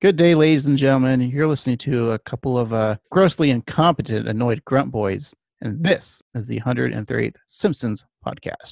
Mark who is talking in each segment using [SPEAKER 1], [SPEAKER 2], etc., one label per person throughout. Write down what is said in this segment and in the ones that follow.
[SPEAKER 1] Good day, ladies and gentlemen. You're listening to a couple of uh, grossly incompetent, annoyed grunt boys, and this is the 138th Simpsons podcast.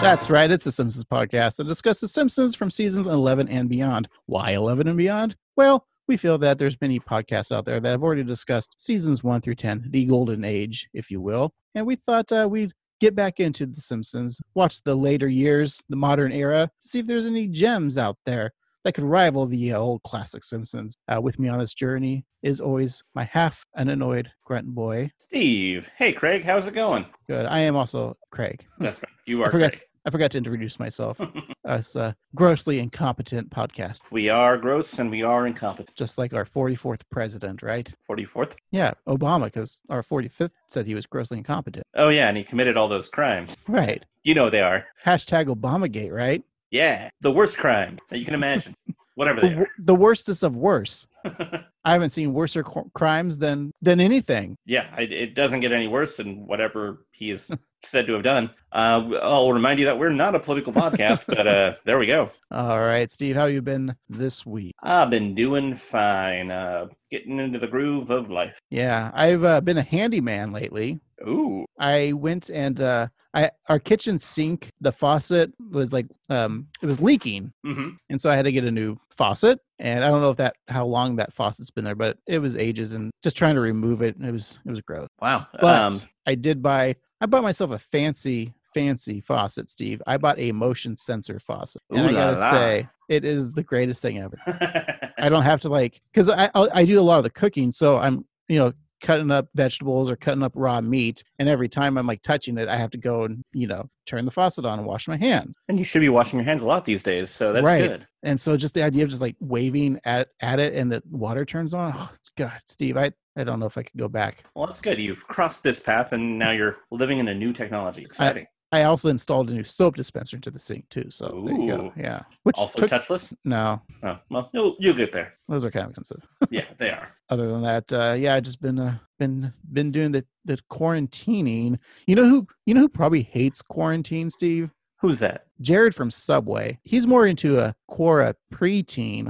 [SPEAKER 1] That's right, it's the Simpsons podcast that discusses Simpsons from seasons 11 and beyond. Why 11 and beyond? Well, we feel that there's many podcasts out there that have already discussed seasons 1 through 10, the golden age, if you will, and we thought uh, we'd get back into The Simpsons, watch the later years, the modern era, see if there's any gems out there that could rival the uh, old classic Simpsons. Uh, with me on this journey is always my half an annoyed grunt boy.
[SPEAKER 2] Steve. Hey, Craig. How's it going?
[SPEAKER 1] Good. I am also Craig.
[SPEAKER 2] That's right. You
[SPEAKER 1] Hmm. I
[SPEAKER 2] are
[SPEAKER 1] forgot-
[SPEAKER 2] Craig.
[SPEAKER 1] I forgot to introduce
[SPEAKER 2] Hmm.
[SPEAKER 1] myself. Us uh, grossly incompetent podcast,
[SPEAKER 2] We are gross and we are incompetent.
[SPEAKER 1] just like our 44th president, right?
[SPEAKER 2] 44th.
[SPEAKER 1] Yeah, Obama, because our 45th said he was grossly incompetent,
[SPEAKER 2] Oh, yeah. And he committed all those crimes.
[SPEAKER 1] right?
[SPEAKER 2] You know they are.
[SPEAKER 1] Hashtag Obamagate, right?
[SPEAKER 2] Yeah. The worst crime that you can imagine. Whatever
[SPEAKER 1] The,
[SPEAKER 2] they
[SPEAKER 1] wor- the worstest of worst.
[SPEAKER 2] are.
[SPEAKER 1] I haven't seen worser cr- crimes than than anything.
[SPEAKER 2] yeah. It, it doesn't get any worse than whatever he is said to have done. Uh, I'll remind you that we're not a political podcast, but uh, there we go.
[SPEAKER 1] All right, Steve, how you been this week?
[SPEAKER 2] I've been doing fine. Uh, getting into the groove of life.
[SPEAKER 1] Yeah, I've uh, been a handyman lately.
[SPEAKER 2] Ooh.
[SPEAKER 1] I went and uh, I our kitchen sink, the faucet was like um, it was leaking,
[SPEAKER 2] hmm
[SPEAKER 1] and so I had to get a new faucet. And I don't know if that how long that faucet's been there, but it was ages. And just trying to remove it, it was it was gross.
[SPEAKER 2] Wow.
[SPEAKER 1] But
[SPEAKER 2] Um,
[SPEAKER 1] I did buy I bought myself a fancy fancy faucet, Steve. I bought a motion sensor faucet, and
[SPEAKER 2] Ooh
[SPEAKER 1] I
[SPEAKER 2] la
[SPEAKER 1] gotta
[SPEAKER 2] la.
[SPEAKER 1] say it is the greatest thing ever.
[SPEAKER 2] Um,
[SPEAKER 1] I don't have to like because I I I do a lot of the cooking, so I'm you know cutting up vegetables or cutting up raw meat, and every time I'm like touching it, I have to go and you know turn the faucet on and wash my hands.
[SPEAKER 2] and you should be washing your hands a lot these days. So that's
[SPEAKER 1] Right.
[SPEAKER 2] good.
[SPEAKER 1] And so just the idea of just like waving at at it and the water turns on, oh, it's God, Steve, I I don't know if I could go back.
[SPEAKER 2] Well, that's good. You've crossed this path, and now you're living in a new technology. Exciting.
[SPEAKER 1] I also installed a new soap dispenser into the sink too, so there you go.
[SPEAKER 2] Ooh.
[SPEAKER 1] Yeah, which
[SPEAKER 2] also
[SPEAKER 1] took
[SPEAKER 2] touchless.
[SPEAKER 1] no,
[SPEAKER 2] Oh, well, you'll you'll get there.
[SPEAKER 1] those are kind of expensive.
[SPEAKER 2] Yeah, they are.
[SPEAKER 1] other than that, uh, yeah, I just been uh, been been doing the the quarantining. You know who you know who probably hates quarantine, Steve.
[SPEAKER 2] Who's that?
[SPEAKER 1] Jared from Subway. He's more into a Quora preteen.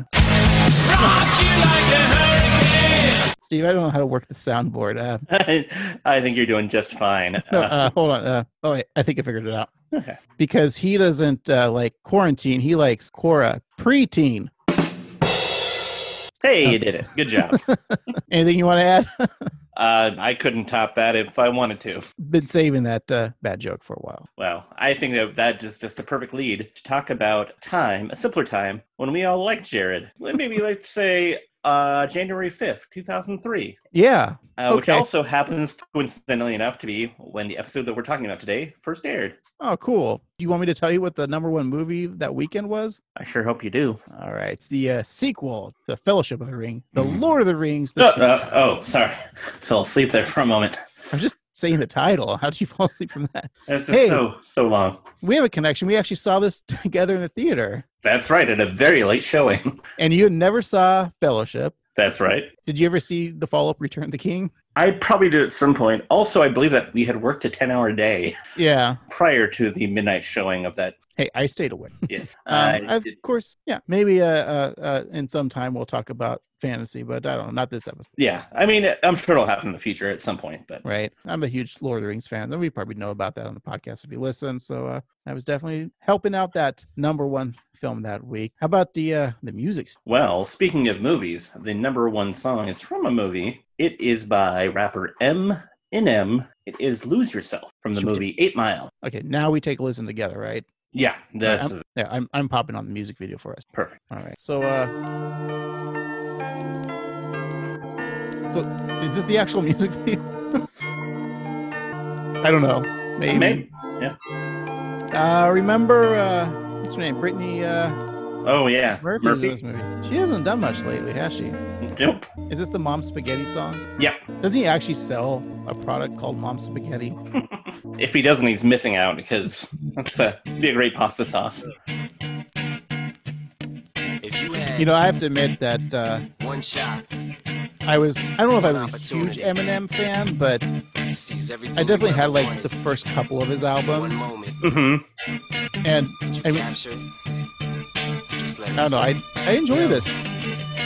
[SPEAKER 1] Steve, I don't know how to work the soundboard. Uh,
[SPEAKER 2] I think you're doing just fine.
[SPEAKER 1] no,
[SPEAKER 2] Uh,
[SPEAKER 1] uh, hold on. Uh, oh, wait, I think I figured it out.
[SPEAKER 2] okay.
[SPEAKER 1] Because he doesn't uh, like quarantine. He likes Quora preteen.
[SPEAKER 2] Hey, you did it. Good job.
[SPEAKER 1] Anything you want to add?
[SPEAKER 2] uh, I couldn't top that if I wanted to.
[SPEAKER 1] been saving that uh, bad joke for a while.
[SPEAKER 2] Well, I think that that is just a perfect lead to talk about time, a simpler time when we all liked Jared. Well, Maybe let's say uh, January fifth, two thousand three.
[SPEAKER 1] Yeah,
[SPEAKER 2] Uh, Which
[SPEAKER 1] Okay.
[SPEAKER 2] also happens, coincidentally enough, to be when the episode that we're talking about today first aired.
[SPEAKER 1] Oh, cool. Do you want me to tell you what the number one movie that weekend was?
[SPEAKER 2] I sure hope you do.
[SPEAKER 1] All right. It's the uh, sequel, The Fellowship of the Ring, The Lord of the Rings. The
[SPEAKER 2] Uh,
[SPEAKER 1] Two-
[SPEAKER 2] uh, oh, sorry. Fell asleep there for a moment.
[SPEAKER 1] I'm just saying the title. How did you fall asleep from that?
[SPEAKER 2] That's just
[SPEAKER 1] Hey.
[SPEAKER 2] so, so long.
[SPEAKER 1] We have a connection. We actually saw this together in the theater,
[SPEAKER 2] That's right, at a very late showing.
[SPEAKER 1] and you never saw Fellowship.
[SPEAKER 2] That's right.
[SPEAKER 1] Did you ever see the follow up Return of the King?
[SPEAKER 2] I probably did at some point. Also, I believe that we had worked a 10 hour day
[SPEAKER 1] Yeah.
[SPEAKER 2] prior to the midnight showing of that.
[SPEAKER 1] Hey, I stayed awake.
[SPEAKER 2] Yes.
[SPEAKER 1] Um,
[SPEAKER 2] I
[SPEAKER 1] of
[SPEAKER 2] did-
[SPEAKER 1] course, yeah. Maybe uh, uh, uh, in some time we'll talk about fantasy, but I don't know. Not this episode.
[SPEAKER 2] yeah. I mean, I'm sure it'll happen in the future at some point, but
[SPEAKER 1] Right. I'm a huge Lord of the Rings fan. and We probably know about that on the podcast if you listen. So uh, I was definitely helping out that number one film that week. How about the uh, the music?
[SPEAKER 2] Well, speaking of movies, the number one song is from a movie. It is by rapper M. Inem. It is Lose Yourself from the
[SPEAKER 1] Should we
[SPEAKER 2] movie Eight Mile.
[SPEAKER 1] Okay, now we take a listen together, right?
[SPEAKER 2] Yeah,
[SPEAKER 1] All
[SPEAKER 2] this
[SPEAKER 1] right,
[SPEAKER 2] is
[SPEAKER 1] I'm, yeah, I'm, I'm popping on the music video for us.
[SPEAKER 2] perfect.
[SPEAKER 1] All right. So uh, so is this the actual music video? I don't know. Maybe.
[SPEAKER 2] Maybe.
[SPEAKER 1] Uh, remember uh, what's her name? Brittany uh,
[SPEAKER 2] Oh, yeah.
[SPEAKER 1] Murphy's in this movie. She hasn't done much lately, has she?
[SPEAKER 2] Nope.
[SPEAKER 1] Is this the Mom Spaghetti song?
[SPEAKER 2] Yeah.
[SPEAKER 1] Doesn't he actually sell a product called Mom Spaghetti?
[SPEAKER 2] If he doesn't, he's missing out because that's uh, be a great pasta sauce.
[SPEAKER 3] If you had
[SPEAKER 1] You know, I have to admit that uh,
[SPEAKER 3] one shot,
[SPEAKER 1] I was I don't know if I was a huge Eminem fan, but
[SPEAKER 3] He sees everything
[SPEAKER 1] I definitely
[SPEAKER 3] you
[SPEAKER 1] had
[SPEAKER 3] ever
[SPEAKER 1] like
[SPEAKER 3] wanted.
[SPEAKER 1] the first couple of his
[SPEAKER 3] One
[SPEAKER 1] albums,
[SPEAKER 3] moment
[SPEAKER 2] Mm-hmm.
[SPEAKER 1] and
[SPEAKER 3] you
[SPEAKER 1] I-
[SPEAKER 3] capture. Just let
[SPEAKER 1] I
[SPEAKER 3] it
[SPEAKER 1] don't know,
[SPEAKER 3] slip.
[SPEAKER 1] I I enjoy this.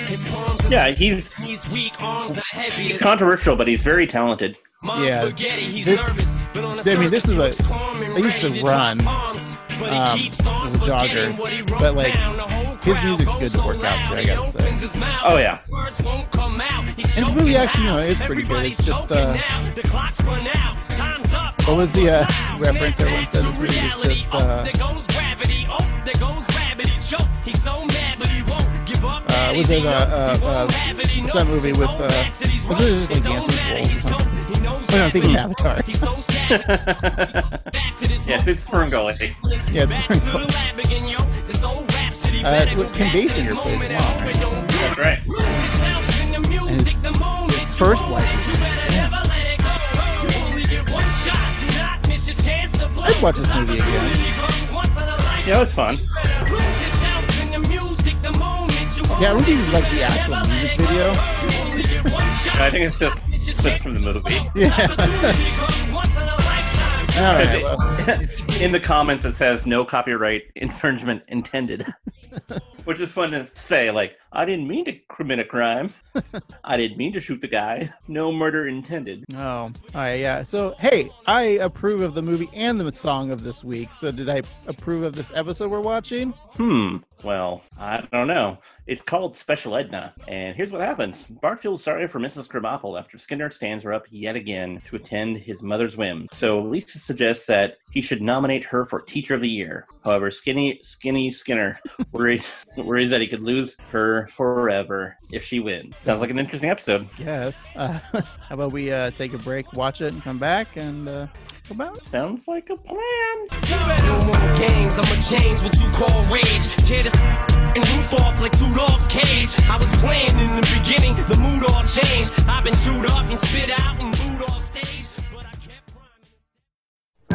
[SPEAKER 3] His palms are
[SPEAKER 2] Yeah, he's
[SPEAKER 3] He's weak, arms are heavy.
[SPEAKER 2] he's controversial, but he's very talented.
[SPEAKER 3] Mom's
[SPEAKER 1] Yeah.
[SPEAKER 3] spaghetti, he's
[SPEAKER 1] This-
[SPEAKER 3] nervous, but on the
[SPEAKER 1] I mean, this
[SPEAKER 3] surface,
[SPEAKER 1] is
[SPEAKER 3] he
[SPEAKER 1] a-
[SPEAKER 3] looks calm and
[SPEAKER 1] I used to
[SPEAKER 3] ready drop
[SPEAKER 1] run,
[SPEAKER 3] bombs, but he
[SPEAKER 1] um,
[SPEAKER 3] keeps on
[SPEAKER 1] as a jogger,
[SPEAKER 3] forgetting what he wrote
[SPEAKER 1] but, like,
[SPEAKER 3] down. The whole
[SPEAKER 1] his
[SPEAKER 3] crowd
[SPEAKER 1] music's
[SPEAKER 3] goes
[SPEAKER 1] good to
[SPEAKER 3] so
[SPEAKER 1] work out to,
[SPEAKER 3] loud,
[SPEAKER 1] I
[SPEAKER 3] he
[SPEAKER 1] gotta say.
[SPEAKER 3] opens his mouth,
[SPEAKER 2] Oh, yeah.
[SPEAKER 3] words won't come out, he's
[SPEAKER 1] And this
[SPEAKER 3] choking
[SPEAKER 1] movie actually, you know,
[SPEAKER 3] out.
[SPEAKER 1] is pretty good. It's
[SPEAKER 3] Everybody's
[SPEAKER 1] just,
[SPEAKER 3] choking
[SPEAKER 1] uh,
[SPEAKER 3] now. The clock's run out. Time's up.
[SPEAKER 1] What was the, uh,
[SPEAKER 3] Snap
[SPEAKER 1] reference
[SPEAKER 3] back
[SPEAKER 1] everyone said
[SPEAKER 3] to
[SPEAKER 1] this movie was
[SPEAKER 3] reality.
[SPEAKER 1] just,
[SPEAKER 3] Oh,
[SPEAKER 1] uh,
[SPEAKER 3] there goes gravity. Oh, there goes gravity. Choke. He's so mad, but he won't give up.
[SPEAKER 1] Uh,
[SPEAKER 3] Daddy's
[SPEAKER 1] was it,
[SPEAKER 3] he
[SPEAKER 1] uh,
[SPEAKER 3] knows he
[SPEAKER 1] uh,
[SPEAKER 3] won't
[SPEAKER 1] uh,
[SPEAKER 3] have it. He
[SPEAKER 1] what's that
[SPEAKER 3] knows
[SPEAKER 1] movie
[SPEAKER 3] his
[SPEAKER 1] with,
[SPEAKER 3] own
[SPEAKER 1] uh,
[SPEAKER 3] back said he's
[SPEAKER 1] was it
[SPEAKER 3] right.
[SPEAKER 1] just like
[SPEAKER 3] It
[SPEAKER 1] Dances
[SPEAKER 3] don't
[SPEAKER 1] with
[SPEAKER 3] matter,
[SPEAKER 1] Wolves or
[SPEAKER 3] he's
[SPEAKER 1] something?
[SPEAKER 3] dope. He knows
[SPEAKER 1] Wait, I'm thinking
[SPEAKER 3] gravity.
[SPEAKER 1] Avatar.
[SPEAKER 3] He's so stagnant. Back to this
[SPEAKER 2] Yes, it's Ferngully.
[SPEAKER 1] Yeah, it's
[SPEAKER 3] Back
[SPEAKER 1] Frank
[SPEAKER 3] to the
[SPEAKER 1] Gully.
[SPEAKER 3] lab again, yo. This old rhapsody
[SPEAKER 1] Uh,
[SPEAKER 3] better go
[SPEAKER 1] with Kim
[SPEAKER 3] back to this
[SPEAKER 1] Basinger plays
[SPEAKER 3] moment and
[SPEAKER 1] mom,
[SPEAKER 3] hope it
[SPEAKER 1] right?
[SPEAKER 3] don't break.
[SPEAKER 2] That's right.
[SPEAKER 3] Lose yourself in the music the moment
[SPEAKER 1] his
[SPEAKER 3] you
[SPEAKER 1] first
[SPEAKER 3] own
[SPEAKER 1] wife
[SPEAKER 3] it,
[SPEAKER 1] was
[SPEAKER 3] you better never let it go. You only get one shot. Do not miss your chance to blow.
[SPEAKER 1] I'd watch this movie again.
[SPEAKER 3] Opportunity comes once in a lifetime.
[SPEAKER 2] Yeah, it was fun.
[SPEAKER 3] Better lose yourself in the music the moment you own
[SPEAKER 1] Yeah, I don't
[SPEAKER 3] it,
[SPEAKER 1] think it's
[SPEAKER 3] you
[SPEAKER 1] like the
[SPEAKER 3] better
[SPEAKER 1] actual
[SPEAKER 3] never let
[SPEAKER 1] music
[SPEAKER 3] it go.
[SPEAKER 1] video.
[SPEAKER 3] You only get one shot.
[SPEAKER 2] I think it's just
[SPEAKER 3] Do not miss your
[SPEAKER 2] clips
[SPEAKER 3] chance
[SPEAKER 2] from the movie.
[SPEAKER 1] Yeah.
[SPEAKER 3] Opportunity comes once in a lifetime.
[SPEAKER 1] All
[SPEAKER 2] Because
[SPEAKER 1] right, well,
[SPEAKER 2] it- in the comments, it says no copyright infringement intended, which is fun to say. Like, I didn't mean to commit a crime. I didn't mean to shoot the guy. No murder intended.
[SPEAKER 1] oh, all right, yeah. So hey, I approve of the movie and the song of this week. So did I approve of this episode we're watching?
[SPEAKER 2] Hmm. Well, I don't know. It's called Special Edna, and here's what happens. Bart feels sorry for Mrs. Krabappel after Skinner stands her up yet again to attend his mother's whim. So Lisa suggests that he should nominate her for Teacher of the Year. However, Skinny Skinny Skinner worries worries that he could lose her forever if she wins. Sounds like an interesting episode.
[SPEAKER 1] Yes. Uh, how about we uh, take a break, watch it, and come back and uh, talk about it?
[SPEAKER 2] Sounds like a plan.
[SPEAKER 3] No more games, I'ma change what you call rage. Tear this and roof off like two dogs' cage. I was playing in the beginning, the mood all changed. I've been chewed up and spit out and booed off stage. But I kept rhyming.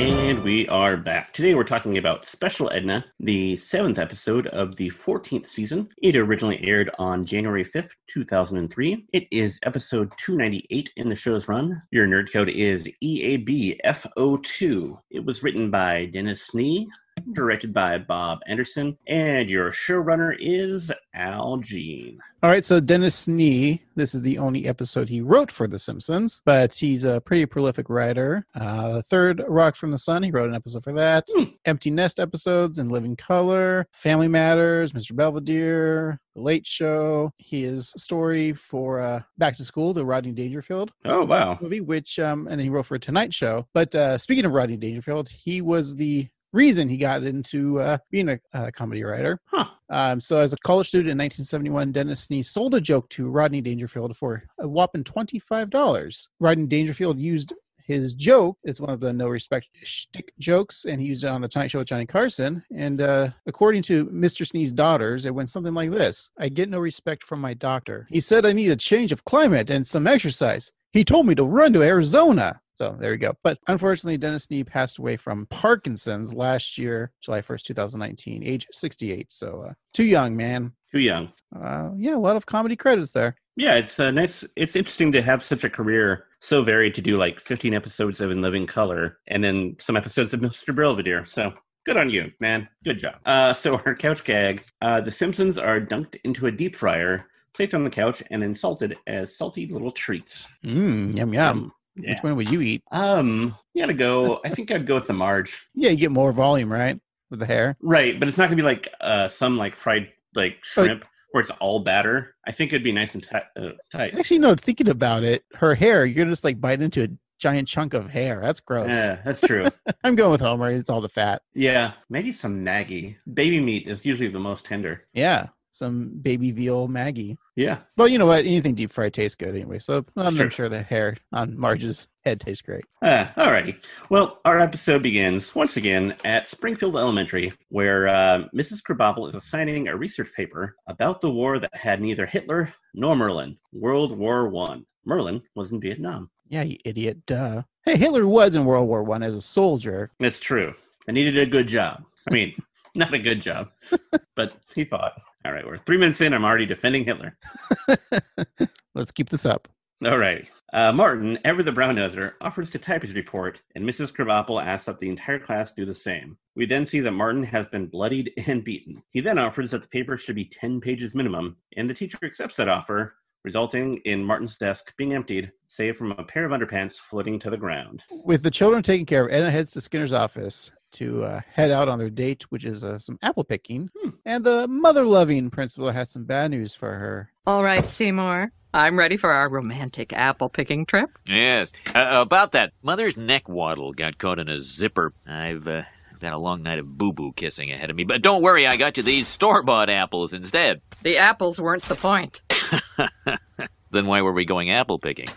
[SPEAKER 2] And we are back. Today we're talking about Special Edna, the seventh episode of the 14th season. It originally aired on January 5th, 2003. It is episode 298 in the show's run. Your nerd code is E EABFO2. It was written by Dennis Snee, directed by Bob Anderson, and your showrunner is Al Jean.
[SPEAKER 1] All right, so Dennis Snee, this is the only episode he wrote for The Simpsons, but he's a pretty prolific writer. Uh, the third Rock from the Sun, he wrote an episode for that.
[SPEAKER 2] Hmm.
[SPEAKER 1] Empty Nest episodes and Living Color, Family Matters, Mr. Belvedere, The Late Show. His story for uh, Back to School, the Rodney Dangerfield
[SPEAKER 2] Oh, wow.
[SPEAKER 1] movie, which um, and then he wrote for Tonight Show. But uh, speaking of Rodney Dangerfield, he was the reason he got into uh, being a, a comedy writer.
[SPEAKER 2] Huh.
[SPEAKER 1] Um, so, as a college student in 1971, Dennis Snee sold a joke to Rodney Dangerfield for a whopping $25. Rodney Dangerfield used his joke it's one of the no respect shtick jokes, and he used it on the Tonight Show with Johnny Carson. And uh, according to Mr. Snee's daughters, it went something like this: "I get no respect from my doctor. He said I need a change of climate and some exercise. He told me to run to Arizona." So there you go. But unfortunately, Dennis Snee passed away from Parkinson's last year, July 1st, 2019, age 68. So uh, too young, man.
[SPEAKER 2] Too young.
[SPEAKER 1] Uh, yeah, a lot of comedy credits there.
[SPEAKER 2] Yeah, it's a nice. It's interesting to have such a career so varied to do like 15 episodes of In Living Color and then some episodes of Mr. Belvedere. So good on you, man. Good job. Uh, so our couch gag: uh, The Simpsons are dunked into a deep fryer, placed on the couch, and then salted as salty little treats.
[SPEAKER 1] Mm, yum yum.
[SPEAKER 2] Um, yeah.
[SPEAKER 1] Which one would you eat?
[SPEAKER 2] Um, you gotta go. I think I'd go with the Marge.
[SPEAKER 1] Yeah, you get more volume, right, with the hair.
[SPEAKER 2] Right, but it's not gonna be like uh, some like fried like
[SPEAKER 1] Oh.
[SPEAKER 2] shrimp where it's all batter. I think it'd be nice and tight. uh, tight.
[SPEAKER 1] Actually, no. Thinking about it, her hair. You're gonna just like bite into a giant chunk of hair. That's gross.
[SPEAKER 2] Yeah, that's true.
[SPEAKER 1] I'm going with Homer. It's all the fat.
[SPEAKER 2] Yeah, maybe some Maggie. Baby meat is usually the most tender.
[SPEAKER 1] Yeah, some baby veal Maggie.
[SPEAKER 2] Yeah.
[SPEAKER 1] Well, you know what? Anything deep fried tastes good anyway. So I'm
[SPEAKER 2] Sure.
[SPEAKER 1] sure the hair on Marge's head tastes great.
[SPEAKER 2] Ah, alrighty. Well, our episode begins once again at Springfield Elementary, where uh, Mrs. Krabappel is assigning a research paper about the war that had neither Hitler nor Merlin. World War One. Merlin was in Vietnam.
[SPEAKER 1] Yeah, you idiot. Duh. Hey, Hitler was in World War One as a soldier.
[SPEAKER 2] That's true. I needed a good job. I mean, not a good job, but he fought. All right, we're three minutes in. I'm already defending Hitler.
[SPEAKER 1] Let's keep this up.
[SPEAKER 2] All right. Uh, Martin, ever the brown noser, offers to type his report, and Mrs. Krabappel asks that the entire class do the same. We then see that Martin has been bloodied and beaten. He then offers that the paper should be 10 pages minimum, and the teacher accepts that offer, resulting in Martin's desk being emptied, save from a pair of underpants floating to the ground.
[SPEAKER 1] With the children taken care of, Edna heads to Skinner's office to uh, head out on their date, which is uh, some apple picking.
[SPEAKER 2] Hmm.
[SPEAKER 1] And the mother loving principal has some bad news for her.
[SPEAKER 4] All right, Seymour. I'm ready for our romantic apple picking trip.
[SPEAKER 5] Yes. Uh, about that, Mother's neck waddle got caught in a zipper. I've uh, got a long night of boo boo kissing ahead of me, but don't worry, I got you these store bought apples instead.
[SPEAKER 4] The apples weren't the point.
[SPEAKER 5] Then why were we going apple picking?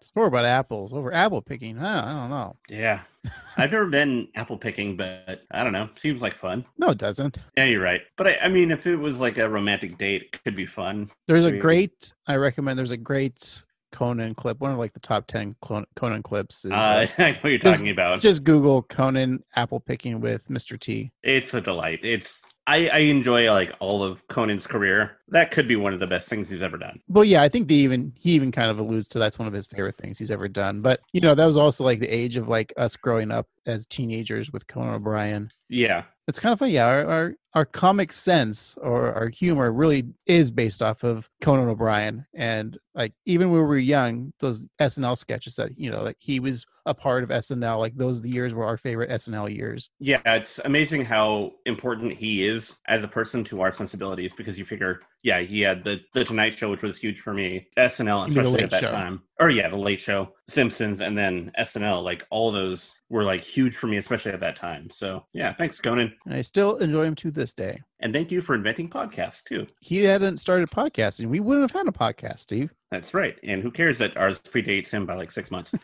[SPEAKER 1] Store bought apples over apple picking. Huh? I don't know.
[SPEAKER 2] Yeah. I've never been apple picking, but I don't know. Seems like fun.
[SPEAKER 1] No, it doesn't.
[SPEAKER 2] Yeah, you're right. But I, I mean, if it was like a romantic date, it could be fun.
[SPEAKER 1] There's a
[SPEAKER 2] Really?
[SPEAKER 1] great, I recommend there's a great Conan clip. One of like the top 10 Clon- Conan clips is
[SPEAKER 2] Uh,
[SPEAKER 1] uh,
[SPEAKER 2] I know what you're
[SPEAKER 1] Just-
[SPEAKER 2] talking about.
[SPEAKER 1] just Google Conan apple picking with Mr. T.
[SPEAKER 2] It's a delight. It's I, I enjoy like all of Conan's career. That could be one of the best things he's ever done.
[SPEAKER 1] Well, yeah, I think they even he even kind of alludes to that's one of his favorite things he's ever done. But you know, that was also like the age of like us growing up as teenagers with Conan O'Brien.
[SPEAKER 2] Yeah.
[SPEAKER 1] It's kind of funny, yeah. Our, our our comic sense or our humor really is based off of Conan O'Brien, and like even when we were young, those SNL sketches that you know, like he was a part of SNL. Like those years were our favorite SNL years.
[SPEAKER 2] Yeah, it's amazing how important he is as a person to our sensibilities because you figure, yeah, he had the, the Tonight Show, which was huge for me, SNL,
[SPEAKER 1] You mean The
[SPEAKER 2] especially
[SPEAKER 1] Late
[SPEAKER 2] at that
[SPEAKER 1] Show.
[SPEAKER 2] time. Or, yeah, The Late Show, Simpsons, and then SNL. Like, all those were like huge for me, especially at that time. So, yeah, thanks, Conan.
[SPEAKER 1] And I still enjoy him to this day.
[SPEAKER 2] And thank you for inventing podcasts, too.
[SPEAKER 1] He hadn't started podcasting, we wouldn't have had a podcast, Steve.
[SPEAKER 2] That's right. And who cares that ours predates him by like six months?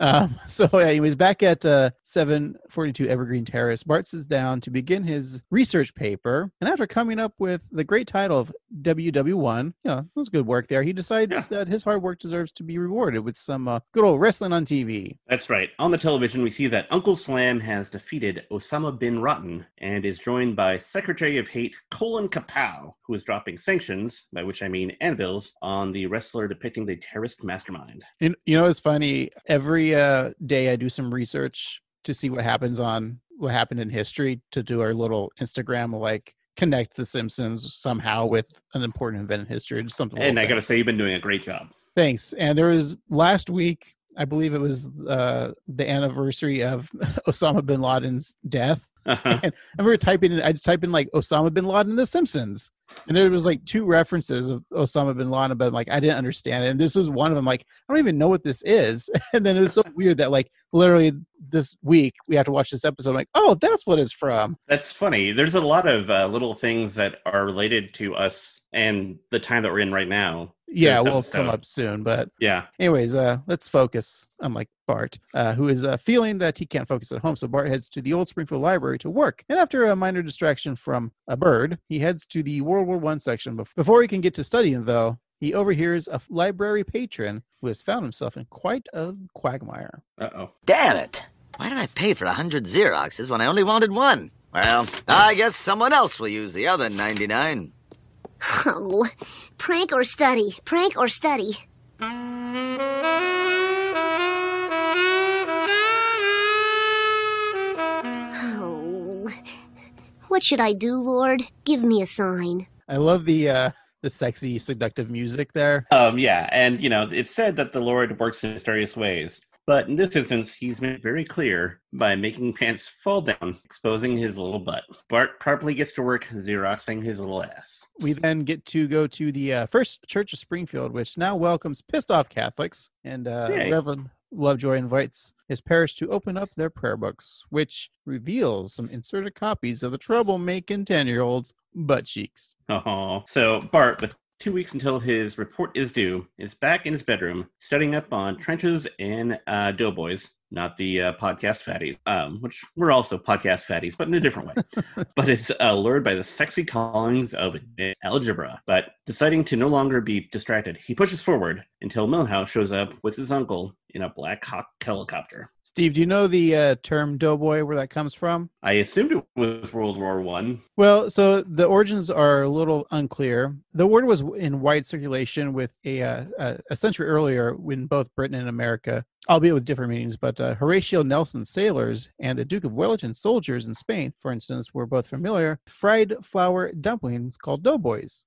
[SPEAKER 1] Um, so, yeah, anyways, back at uh, 742 Evergreen Terrace, Bart sits down to begin his research paper. And after coming up with the great title of WW1, you know, that was good work there. He decides
[SPEAKER 2] Yeah.
[SPEAKER 1] that his hard work deserves to be rewarded with some uh, good old wrestling on TV.
[SPEAKER 2] That's right. On the television, we see that Uncle Slam has defeated Osama bin Laden and is joined by Secretary of Hate Colin Kapow, who is dropping sanctions, by which I mean anvils, on the wrestler depicting the terrorist mastermind.
[SPEAKER 1] You, you know, it's funny. Every uh, day I do some research to see what happens on what happened in history to do our little Instagram, like connect the Simpsons somehow with an important event in history, just something.
[SPEAKER 2] And I
[SPEAKER 1] little
[SPEAKER 2] gotta say, you've been doing a great job.
[SPEAKER 1] Thanks. And there was last week, I believe it was uh, the anniversary of Osama bin Laden's death.
[SPEAKER 2] Uh-huh.
[SPEAKER 1] I remember typing in, I just typed in like Osama bin Laden and The Simpsons. And there was like two references of Osama bin Laden, but I'm like, I didn't understand it. And this was one of them, like, I don't even know what this is. And then it was so weird that like literally this week we have to watch this episode. I'm like, oh, that's what it's from.
[SPEAKER 2] That's funny. There's a lot of uh, little things that are related to us and the time that we're in right now.
[SPEAKER 1] Yeah,
[SPEAKER 2] This
[SPEAKER 1] we'll come
[SPEAKER 2] episode.
[SPEAKER 1] up soon. But
[SPEAKER 2] Yeah.
[SPEAKER 1] Anyways, uh, let's focus. I'm like Bart, uh, who is uh, feeling that he can't focus at home, so Bart heads to the old Springfield Library to work. And after a minor distraction from a bird, he heads to the World War One section. Bef- Before he can get to studying, though, he overhears a library patron who has found himself in quite a quagmire.
[SPEAKER 2] Uh oh.
[SPEAKER 6] Damn it! Why did I pay for a hundred Xeroxes when I only wanted one? Well, I guess someone else will use the other 99.
[SPEAKER 7] Oh, prank or study, prank or study. Oh, what should I do, Lord? Give me a sign.
[SPEAKER 1] I love the uh, the sexy, seductive music there.
[SPEAKER 2] Um, yeah, and you know, it's said that the Lord works in mysterious ways, but in this instance, he's made very clear by making pants fall down, exposing his little butt. Bart promptly gets to work xeroxing his little ass.
[SPEAKER 1] We then get to go to the uh, First Church of Springfield, which now welcomes pissed off Catholics. And uh,
[SPEAKER 2] Yay.
[SPEAKER 1] Reverend Lovejoy invites his parish to open up their prayer books, which reveals some inserted copies of the troublemaking 10 year olds' butt cheeks.
[SPEAKER 2] Oh, so Bart, with two weeks until his report is due, is back in his bedroom studying up on trenches and uh, doughboys. Not the uh, podcast fatties, um, which we're also podcast fatties, but in a different way. but is uh, lured by the sexy callings of algebra. But deciding to no longer be distracted, he pushes forward until Milhouse shows up with his uncle in a Black Hawk helicopter.
[SPEAKER 1] Steve, do you know the uh, term doughboy, where that comes from?
[SPEAKER 2] I assumed it was World War One.
[SPEAKER 1] Well, so the origins are a little unclear. The word was in wide circulation with a uh, a- a century earlier in both Britain and America, albeit with different meanings. But uh, Horatio Nelson's sailors and the Duke of Wellington's soldiers in Spain, for instance, were both familiar with fried flour dumplings called doughboys.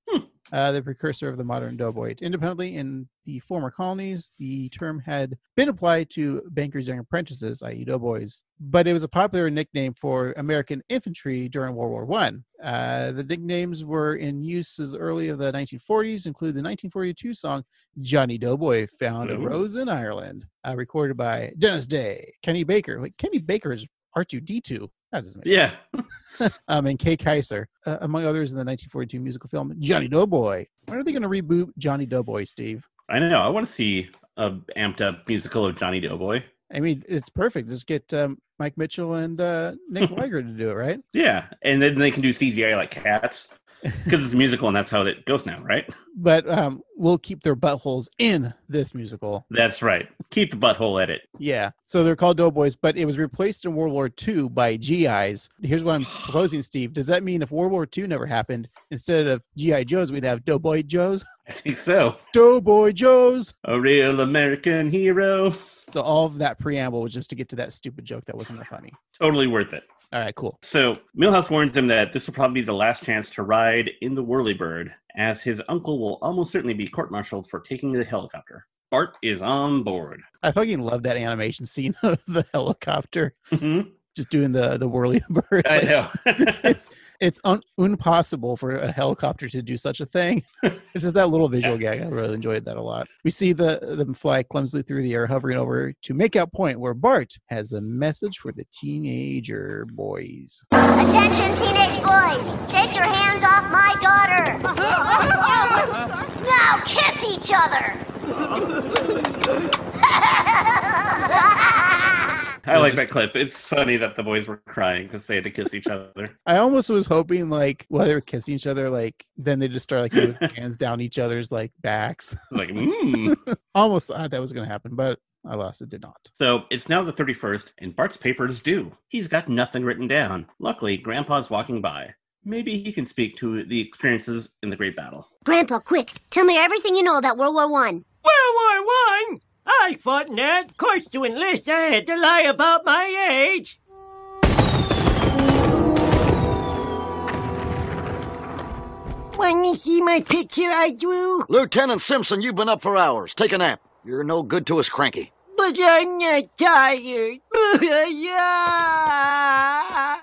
[SPEAKER 1] Uh, the precursor of the modern doughboy. Independently in the former colonies, the term had been applied to bankers' young apprentices, i.e., doughboys, but it was a popular nickname for American infantry during World War One. Uh, the nicknames were in use as early as the 1940s, include the 1942 song "Johnny Doughboy Found a
[SPEAKER 2] Ooh.
[SPEAKER 1] Rose in Ireland," uh, recorded by Dennis Day, Kenny Baker. Wait, Kenny Baker is R2D2. That doesn't make
[SPEAKER 2] Yeah,
[SPEAKER 1] um, and Kay Kaiser, uh, among others in the 1942 musical film Johnny Doughboy. When are they going to reboot Johnny Doughboy, Steve?
[SPEAKER 2] I know. I want to see a amped up musical of Johnny Doughboy.
[SPEAKER 1] I mean, it's perfect. Just get um, Mike Mitchell and uh, Nick Weiger to do it, right?
[SPEAKER 2] Yeah, and then they can do CGI like cats because it's a musical, and that's how it goes now, right?
[SPEAKER 1] But um, we'll keep their buttholes in this musical.
[SPEAKER 2] That's right. Keep the butthole at it.
[SPEAKER 1] Yeah. So they're called Doughboys, but it was replaced in World War II by GIs. Here's what I'm proposing, Steve. Does that mean if World War II never happened, instead of GI Joes, we'd have Doughboy Joes?
[SPEAKER 2] I think so.
[SPEAKER 1] Doughboy Joes!
[SPEAKER 2] A real American hero.
[SPEAKER 1] So all of that preamble was just to get to that stupid joke that wasn't that funny.
[SPEAKER 2] Totally worth it.
[SPEAKER 1] All right, cool.
[SPEAKER 2] So Milhouse warns them that this will probably be the last chance to ride in the Whirlybird, as his uncle will almost certainly be court-martialed for taking the helicopter. Bart is on board.
[SPEAKER 1] I fucking love that animation scene of the helicopter
[SPEAKER 2] Mhm.
[SPEAKER 1] just doing the the whirly bird.
[SPEAKER 2] I
[SPEAKER 1] Like,
[SPEAKER 2] know.
[SPEAKER 1] It's it's un- impossible for a helicopter to do such a thing. It's just that little visual gag. I really enjoyed that a lot. We see the them fly clumsily through the air, hovering over to make out point where Bart has a message for the teenager boys.
[SPEAKER 8] Attention, teenage boys! Take your hands off my daughter! now kiss each other!
[SPEAKER 2] I like that clip. It's funny that the boys were crying because they had to kiss each other.
[SPEAKER 1] I almost was hoping like while they were kissing each other, like then they just start like moving their hands down each other's like backs.
[SPEAKER 2] Like, mmm.
[SPEAKER 1] Almost thought that was gonna happen, but I lost. It did not.
[SPEAKER 2] So it's now the 31st, and Bart's paper is due. He's got nothing written down. Luckily, Grandpa's walking by. Maybe he can speak to the experiences in the Great Battle.
[SPEAKER 7] Grandpa, quick, tell me everything you know about World War One.
[SPEAKER 9] World War One? I fought in that. Of course, to enlist, I had to lie about my age.
[SPEAKER 6] Wanna see my picture I drew? Lieutenant Simpson, you've been up for hours. Take a nap. You're no good to us, Cranky.
[SPEAKER 9] But I'm not tired. yeah.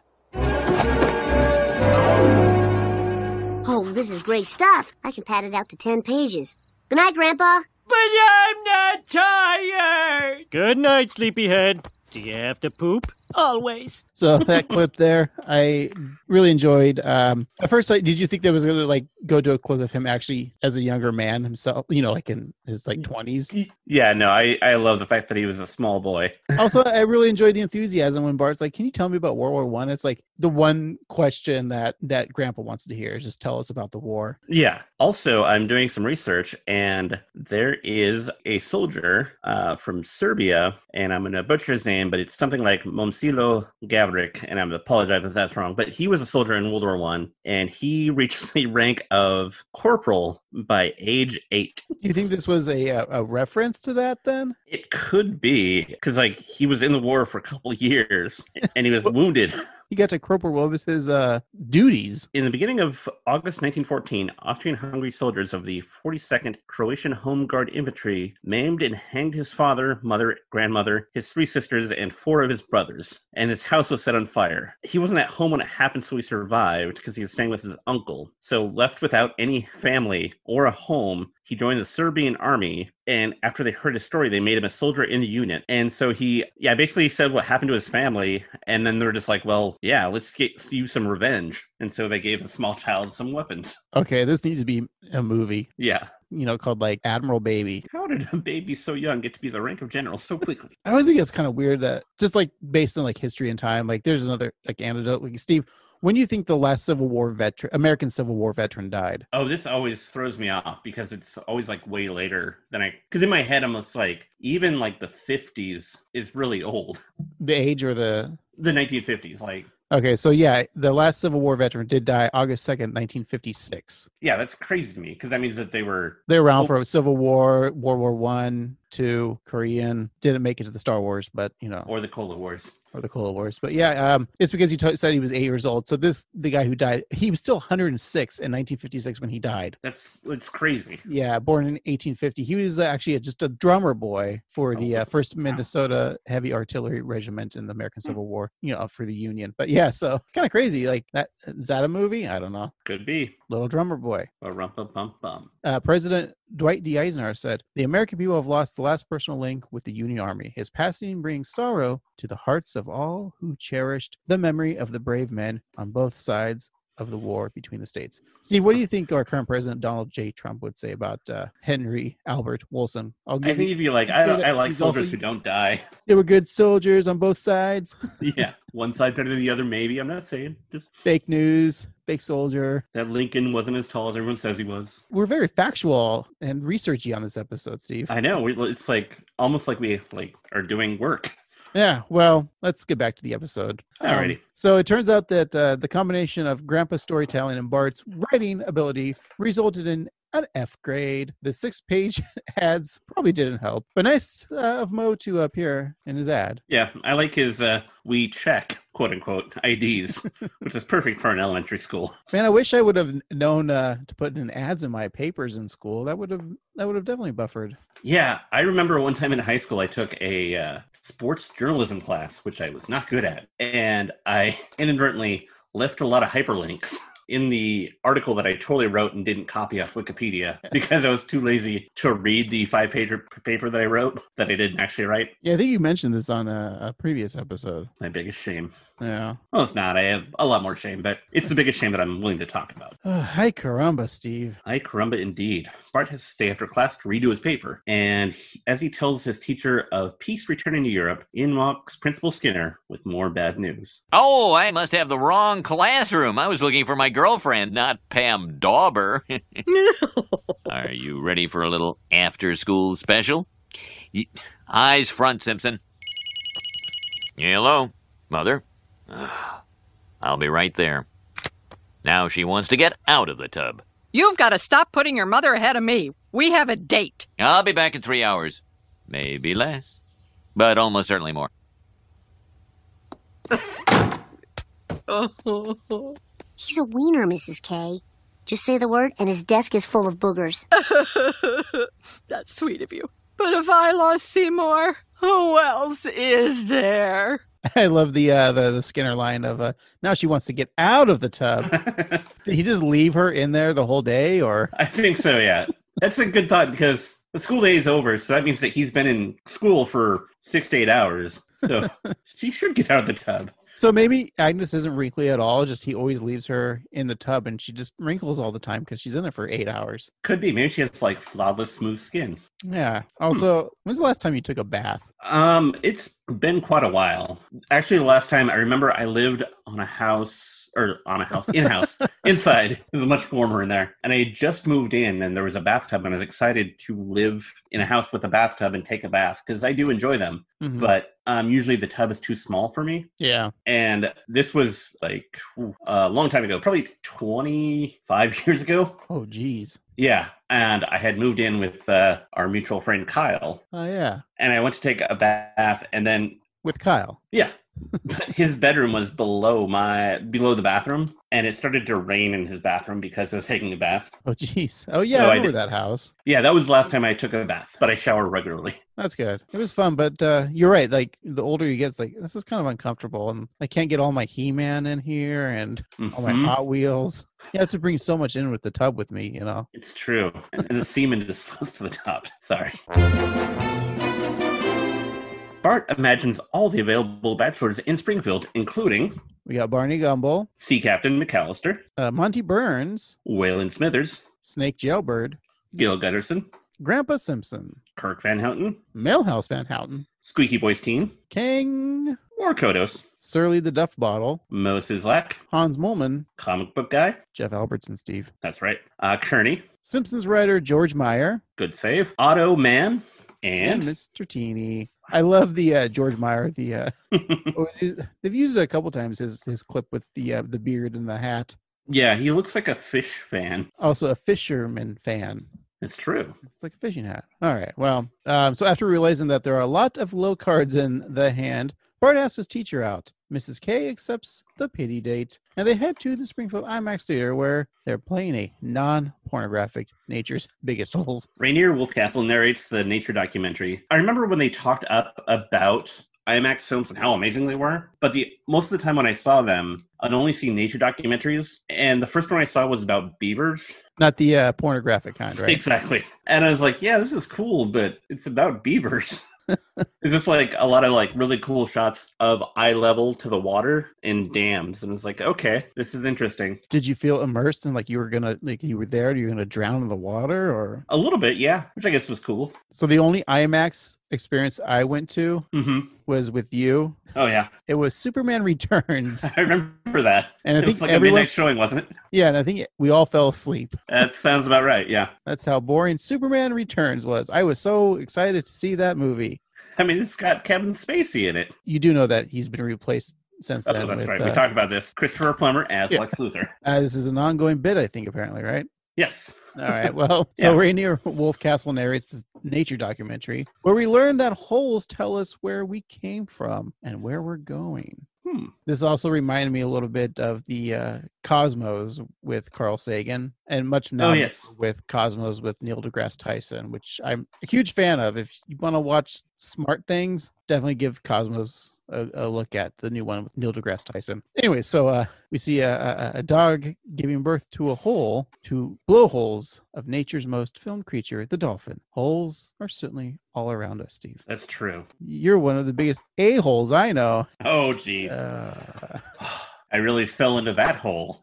[SPEAKER 7] Oh, this is great stuff. I can pad it out to ten pages. Good night, Grandpa.
[SPEAKER 9] But I'm not tired. Good night, sleepyhead. Do you have to poop? Always.
[SPEAKER 1] So that clip there, I really enjoyed. Um, at first, I, did you think that was gonna like go to a clip of him actually as a younger man himself? You know, like in his like twenties.
[SPEAKER 2] Yeah, no, I, I love the fact that he was a small boy.
[SPEAKER 1] also, I really enjoyed the enthusiasm when Bart's like, "Can you tell me about World War One?" It's like the one question that that Grandpa wants to hear is just tell us about the war.
[SPEAKER 2] Yeah. Also, I'm doing some research, and there is a soldier uh, from Serbia, and I'm going to butcher his name, but it's something like Momcilo Gavrik, and I'm apologize if that's wrong. But he was a soldier in World War One, and he reached the rank of corporal by age eight.
[SPEAKER 1] Do you think this was a a, a reference to that then?
[SPEAKER 2] It could be because, like, he was in the war for a couple years, and he was wounded.
[SPEAKER 1] He got to corporal. What was his uh, duties?
[SPEAKER 2] In the beginning of August 1914, Austrian-Hungary soldiers of the 42nd Croatian Home Guard Infantry maimed and hanged his father, mother, grandmother, his three sisters, and four of his brothers, and his house was set on fire. He wasn't at home when it happened, so he survived because he was staying with his uncle. So left without any family or a home, he joined the Serbian army and after they heard his story they made him a soldier in the unit and so he yeah basically said what happened to his family and then they're just like well yeah let's get you some revenge and so they gave the small child some weapons
[SPEAKER 1] Okay, this needs to be a movie.
[SPEAKER 2] yeah
[SPEAKER 1] You know, called like Admiral Baby.
[SPEAKER 2] how did a baby so young get to be the rank of general so quickly
[SPEAKER 1] I always think it's kind of weird that just like based on like history and time, like there's another like antidote. Like Steve, When do you think the last Civil War veteran, American Civil War veteran, died?
[SPEAKER 2] Oh, this always throws me off because it's always like way later than I. Because in my head, I'm just like, even like the 50s is really old.
[SPEAKER 1] The age or the?
[SPEAKER 2] The 1950s, like,
[SPEAKER 1] Okay, so yeah, the last Civil War veteran did die August second, nineteen fifty six.
[SPEAKER 2] yeah, that's crazy to me because that means that they were.
[SPEAKER 1] They were around for Civil War, World War One, Two, Korean. Didn't make it to the Star Wars, but you know,
[SPEAKER 2] Or the Cold Wars.
[SPEAKER 1] or the Cold Wars. But yeah, um, it's because he to said he was eight years old. So this, the guy who died, he was still one hundred and six in nineteen fifty six when he died.
[SPEAKER 2] That's it's crazy.
[SPEAKER 1] Yeah, born in 1850. He was uh, actually just a drummer boy for the uh, first Minnesota Heavy Artillery Regiment in the American Civil War, you know, for the Union. But yeah, so kind of crazy. Like that is that a movie? I don't know.
[SPEAKER 2] Could be.
[SPEAKER 1] Little drummer boy.
[SPEAKER 2] A rumpa bum bum.
[SPEAKER 1] Uh, President Dwight D. Eisenhower said, "The American people have lost the last personal link with the Union Army. His passing brings sorrow to the hearts of all who cherished the memory of the brave men on both sides." Of the war between the states, Steve. What do you think our current president Donald J. Trump would say about uh, Henry Albert Wilson? I'll
[SPEAKER 2] I
[SPEAKER 1] give
[SPEAKER 2] think
[SPEAKER 1] you,
[SPEAKER 2] you'd be like, I,
[SPEAKER 1] Sure
[SPEAKER 2] don't,
[SPEAKER 1] that
[SPEAKER 2] I like
[SPEAKER 1] he's also-
[SPEAKER 2] soldiers who don't die.
[SPEAKER 1] they were good soldiers on both sides.
[SPEAKER 2] yeah, one side better than the other. Maybe I'm not saying just
[SPEAKER 1] Fake news, fake soldier.
[SPEAKER 2] that Lincoln wasn't as tall as everyone says he was.
[SPEAKER 1] We're very factual and researchy on this episode, Steve.
[SPEAKER 2] I know. We, it's like almost like we like are doing work.
[SPEAKER 1] Yeah, well, let's get back to the episode. Um,
[SPEAKER 2] Alrighty.
[SPEAKER 1] so it turns out that uh, the combination of Grandpa's storytelling and Bart's writing ability resulted in an F grade. The six page ads probably didn't help, but nice uh, of Mo to appear in his ad.
[SPEAKER 2] Yeah, I like his uh, we check quote unquote IDs, which is perfect for an elementary school.
[SPEAKER 1] Man, I wish I would have known uh, to put in ads in my papers in school. That would have that would have definitely buffered.
[SPEAKER 2] Yeah, I remember one time in high school I took a uh, sports journalism class, which I was not good at, and I inadvertently left a lot of hyperlinks in the article that I totally wrote and didn't copy off Wikipedia because I was too lazy to read the five-page paper that I wrote that I didn't actually write.
[SPEAKER 1] Yeah, I think you mentioned this on a, a previous episode.
[SPEAKER 2] My biggest shame.
[SPEAKER 1] Yeah.
[SPEAKER 2] Well, it's not. I have a lot more shame, but it's the biggest shame that I'm willing to talk about.
[SPEAKER 1] Uh, hi, caramba, Steve.
[SPEAKER 2] Ay caramba, indeed. Bart has to stay after class to redo his paper, and he- as he tells his teacher of peace returning to Europe, in walks Principal Skinner with more bad news.
[SPEAKER 5] Oh, I must have the wrong classroom. I was looking for my girlfriend, not Pam Dauber. Are you ready for a little after school special? Y- Eyes front, Simpson. Hello, Mother. Ah, I'll be right there. Now she wants to get out of the tub.
[SPEAKER 4] You've got to stop putting your mother ahead of me. We have a date.
[SPEAKER 5] I'll be back in three hours. Maybe less, but almost certainly more.
[SPEAKER 7] He's a wiener, Mrs. K. Just say the word, and his desk is full of boogers.
[SPEAKER 4] That's sweet of you. But if I lost Seymour, who else is there?
[SPEAKER 1] I love the uh, the, the Skinner line of uh, now she wants to get out of the tub. Did he just leave her in there the whole day, or
[SPEAKER 2] I think so, yeah. That's a good thought because the school day is over, so that means that he's been in school for six to eight hours. So she should get out of the tub.
[SPEAKER 1] so maybe Agnes isn't wrinkly at all. Just he always leaves her in the tub, and she just wrinkles all the time because she's in there for eight hours.
[SPEAKER 2] Could be. Maybe she has like flawless, smooth skin.
[SPEAKER 1] Yeah. Also, when's the last time you took a bath?
[SPEAKER 2] Um, it's been quite a while. Actually, the last time I remember, I lived on a house or on a house in house inside. It was much warmer in there, and I had just moved in, and there was a bathtub, and I was excited to live in a house with a bathtub and take a bath because I do enjoy them.
[SPEAKER 1] Mhm.
[SPEAKER 2] But um, usually the tub is too small for me,
[SPEAKER 1] yeah.
[SPEAKER 2] and this was like ooh, a long time ago, probably twenty five years ago.
[SPEAKER 1] Oh, geez.
[SPEAKER 2] Yeah, and I had moved in with uh, our mutual friend Kyle,
[SPEAKER 1] Oh, yeah.
[SPEAKER 2] and I went to take a bath, and then
[SPEAKER 1] With Kyle.
[SPEAKER 2] yeah. his bedroom was below my below the bathroom and it started to rain in his bathroom because I was taking a bath.
[SPEAKER 1] Oh, geez. Oh, yeah.
[SPEAKER 2] So
[SPEAKER 1] I
[SPEAKER 2] I
[SPEAKER 1] remember
[SPEAKER 2] did-
[SPEAKER 1] that house.
[SPEAKER 2] Yeah, that was the last time I took a bath, but I shower regularly.
[SPEAKER 1] That's good. It was fun, but uh, you're right. Like the older you get, it's like this is kind of uncomfortable, and I can't get all my He-Man in here and all Oh, my
[SPEAKER 2] Mhm.
[SPEAKER 1] Hot Wheels. You have to bring so much in with the tub with me, you know.
[SPEAKER 2] It's true. And the semen just flows to the top. Sorry. Bart imagines all the available bachelors in Springfield, including
[SPEAKER 1] We got Barney Gumble,
[SPEAKER 2] Sea Captain McAllister,
[SPEAKER 1] uh, Monty Burns,
[SPEAKER 2] Waylon Smithers,
[SPEAKER 1] Snake Jailbird,
[SPEAKER 2] Gil Gunderson,
[SPEAKER 1] Grandpa Simpson,
[SPEAKER 2] Kirk Van Houten,
[SPEAKER 1] Mailhouse Van Houten,
[SPEAKER 2] Squeaky Boys Team,
[SPEAKER 1] Kang,
[SPEAKER 2] War Kodos,
[SPEAKER 1] Surly the Duff Bottle,
[SPEAKER 2] Moses Lack,
[SPEAKER 1] Hans Molman,
[SPEAKER 2] Comic Book Guy,
[SPEAKER 1] Jeff Albertson, Steve.
[SPEAKER 2] that's right, uh, Kearney,
[SPEAKER 1] Simpsons writer George Meyer,
[SPEAKER 2] good save, Auto Man,
[SPEAKER 1] and
[SPEAKER 2] and
[SPEAKER 1] Mr. Teeny. I love the uh, George Meyer. The uh, always use- they've used it a couple times. His his clip with the uh, the beard and the hat.
[SPEAKER 2] yeah, he looks like a fish fan.
[SPEAKER 1] Also a fisherman fan.
[SPEAKER 2] It's true.
[SPEAKER 1] It's like a fishing hat. All right. Well, um, so after realizing that there are a lot of low cards in the hand, Bart asks his teacher out. Mrs. K accepts the pity date, and they head to the Springfield IMAX Theater where they're playing a non pornographic Nature's Biggest Holes.
[SPEAKER 2] Rainier Wolfcastle narrates the nature documentary. I remember when they talked up about IMAX films and how amazing they were, but the most of the time when I saw them, I'd only see nature documentaries, and the first one I saw was about beavers.
[SPEAKER 1] Not the uh, pornographic kind, right?
[SPEAKER 2] Exactly. And I was like, yeah, this is cool, but it's about beavers. it's just like a lot of like really cool shots of eye level to the water in dams. And it's like, okay, this is interesting.
[SPEAKER 1] Did you feel immersed and like you were gonna, like you were there, you were gonna drown in the water? Or
[SPEAKER 2] A little bit, yeah, which I guess was cool.
[SPEAKER 1] so the only IMAX experience I went to
[SPEAKER 2] hmm
[SPEAKER 1] was with you.
[SPEAKER 2] Oh, yeah.
[SPEAKER 1] It was Superman Returns.
[SPEAKER 2] I remember that.
[SPEAKER 1] And I
[SPEAKER 2] it
[SPEAKER 1] think
[SPEAKER 2] was like a
[SPEAKER 1] everyone-
[SPEAKER 2] midnight showing, wasn't it?
[SPEAKER 1] Yeah, and I think we all fell asleep.
[SPEAKER 2] That sounds about right. Yeah.
[SPEAKER 1] That's how boring Superman Returns was. I was so excited to see that movie.
[SPEAKER 2] I mean, it's got Kevin Spacey in it.
[SPEAKER 1] You do know that he's been replaced since
[SPEAKER 2] Oh,
[SPEAKER 1] then.
[SPEAKER 2] that's
[SPEAKER 1] with,
[SPEAKER 2] right.
[SPEAKER 1] uh,
[SPEAKER 2] we talked about this. Christopher Plummer as
[SPEAKER 1] Yeah.
[SPEAKER 2] Lex Luthor.
[SPEAKER 1] uh, this is an ongoing bit, I think, apparently, right?
[SPEAKER 2] Yes.
[SPEAKER 1] All right. Well, so
[SPEAKER 2] Yeah.
[SPEAKER 1] Rainier Wolfcastle narrates this nature documentary where we learn that holes tell us where we came from and where we're going.
[SPEAKER 2] Hmm.
[SPEAKER 1] This also reminded me a little bit of the uh, Cosmos with Carl Sagan, and much now
[SPEAKER 2] Oh, yes.
[SPEAKER 1] with Cosmos with Neil deGrasse Tyson, which I'm a huge fan of. If you want to watch smart things, definitely give Cosmos a, a look at the new one with Neil deGrasse Tyson. Anyway, so uh, we see a, a- a, a dog giving birth to a hole to blowholes of nature's most filmed creature, the dolphin. Holes are certainly all around us, Steve.
[SPEAKER 2] That's true.
[SPEAKER 1] You're one of the biggest a-holes I know.
[SPEAKER 2] Oh, jeez.
[SPEAKER 1] Uh,
[SPEAKER 2] I really fell into that hole.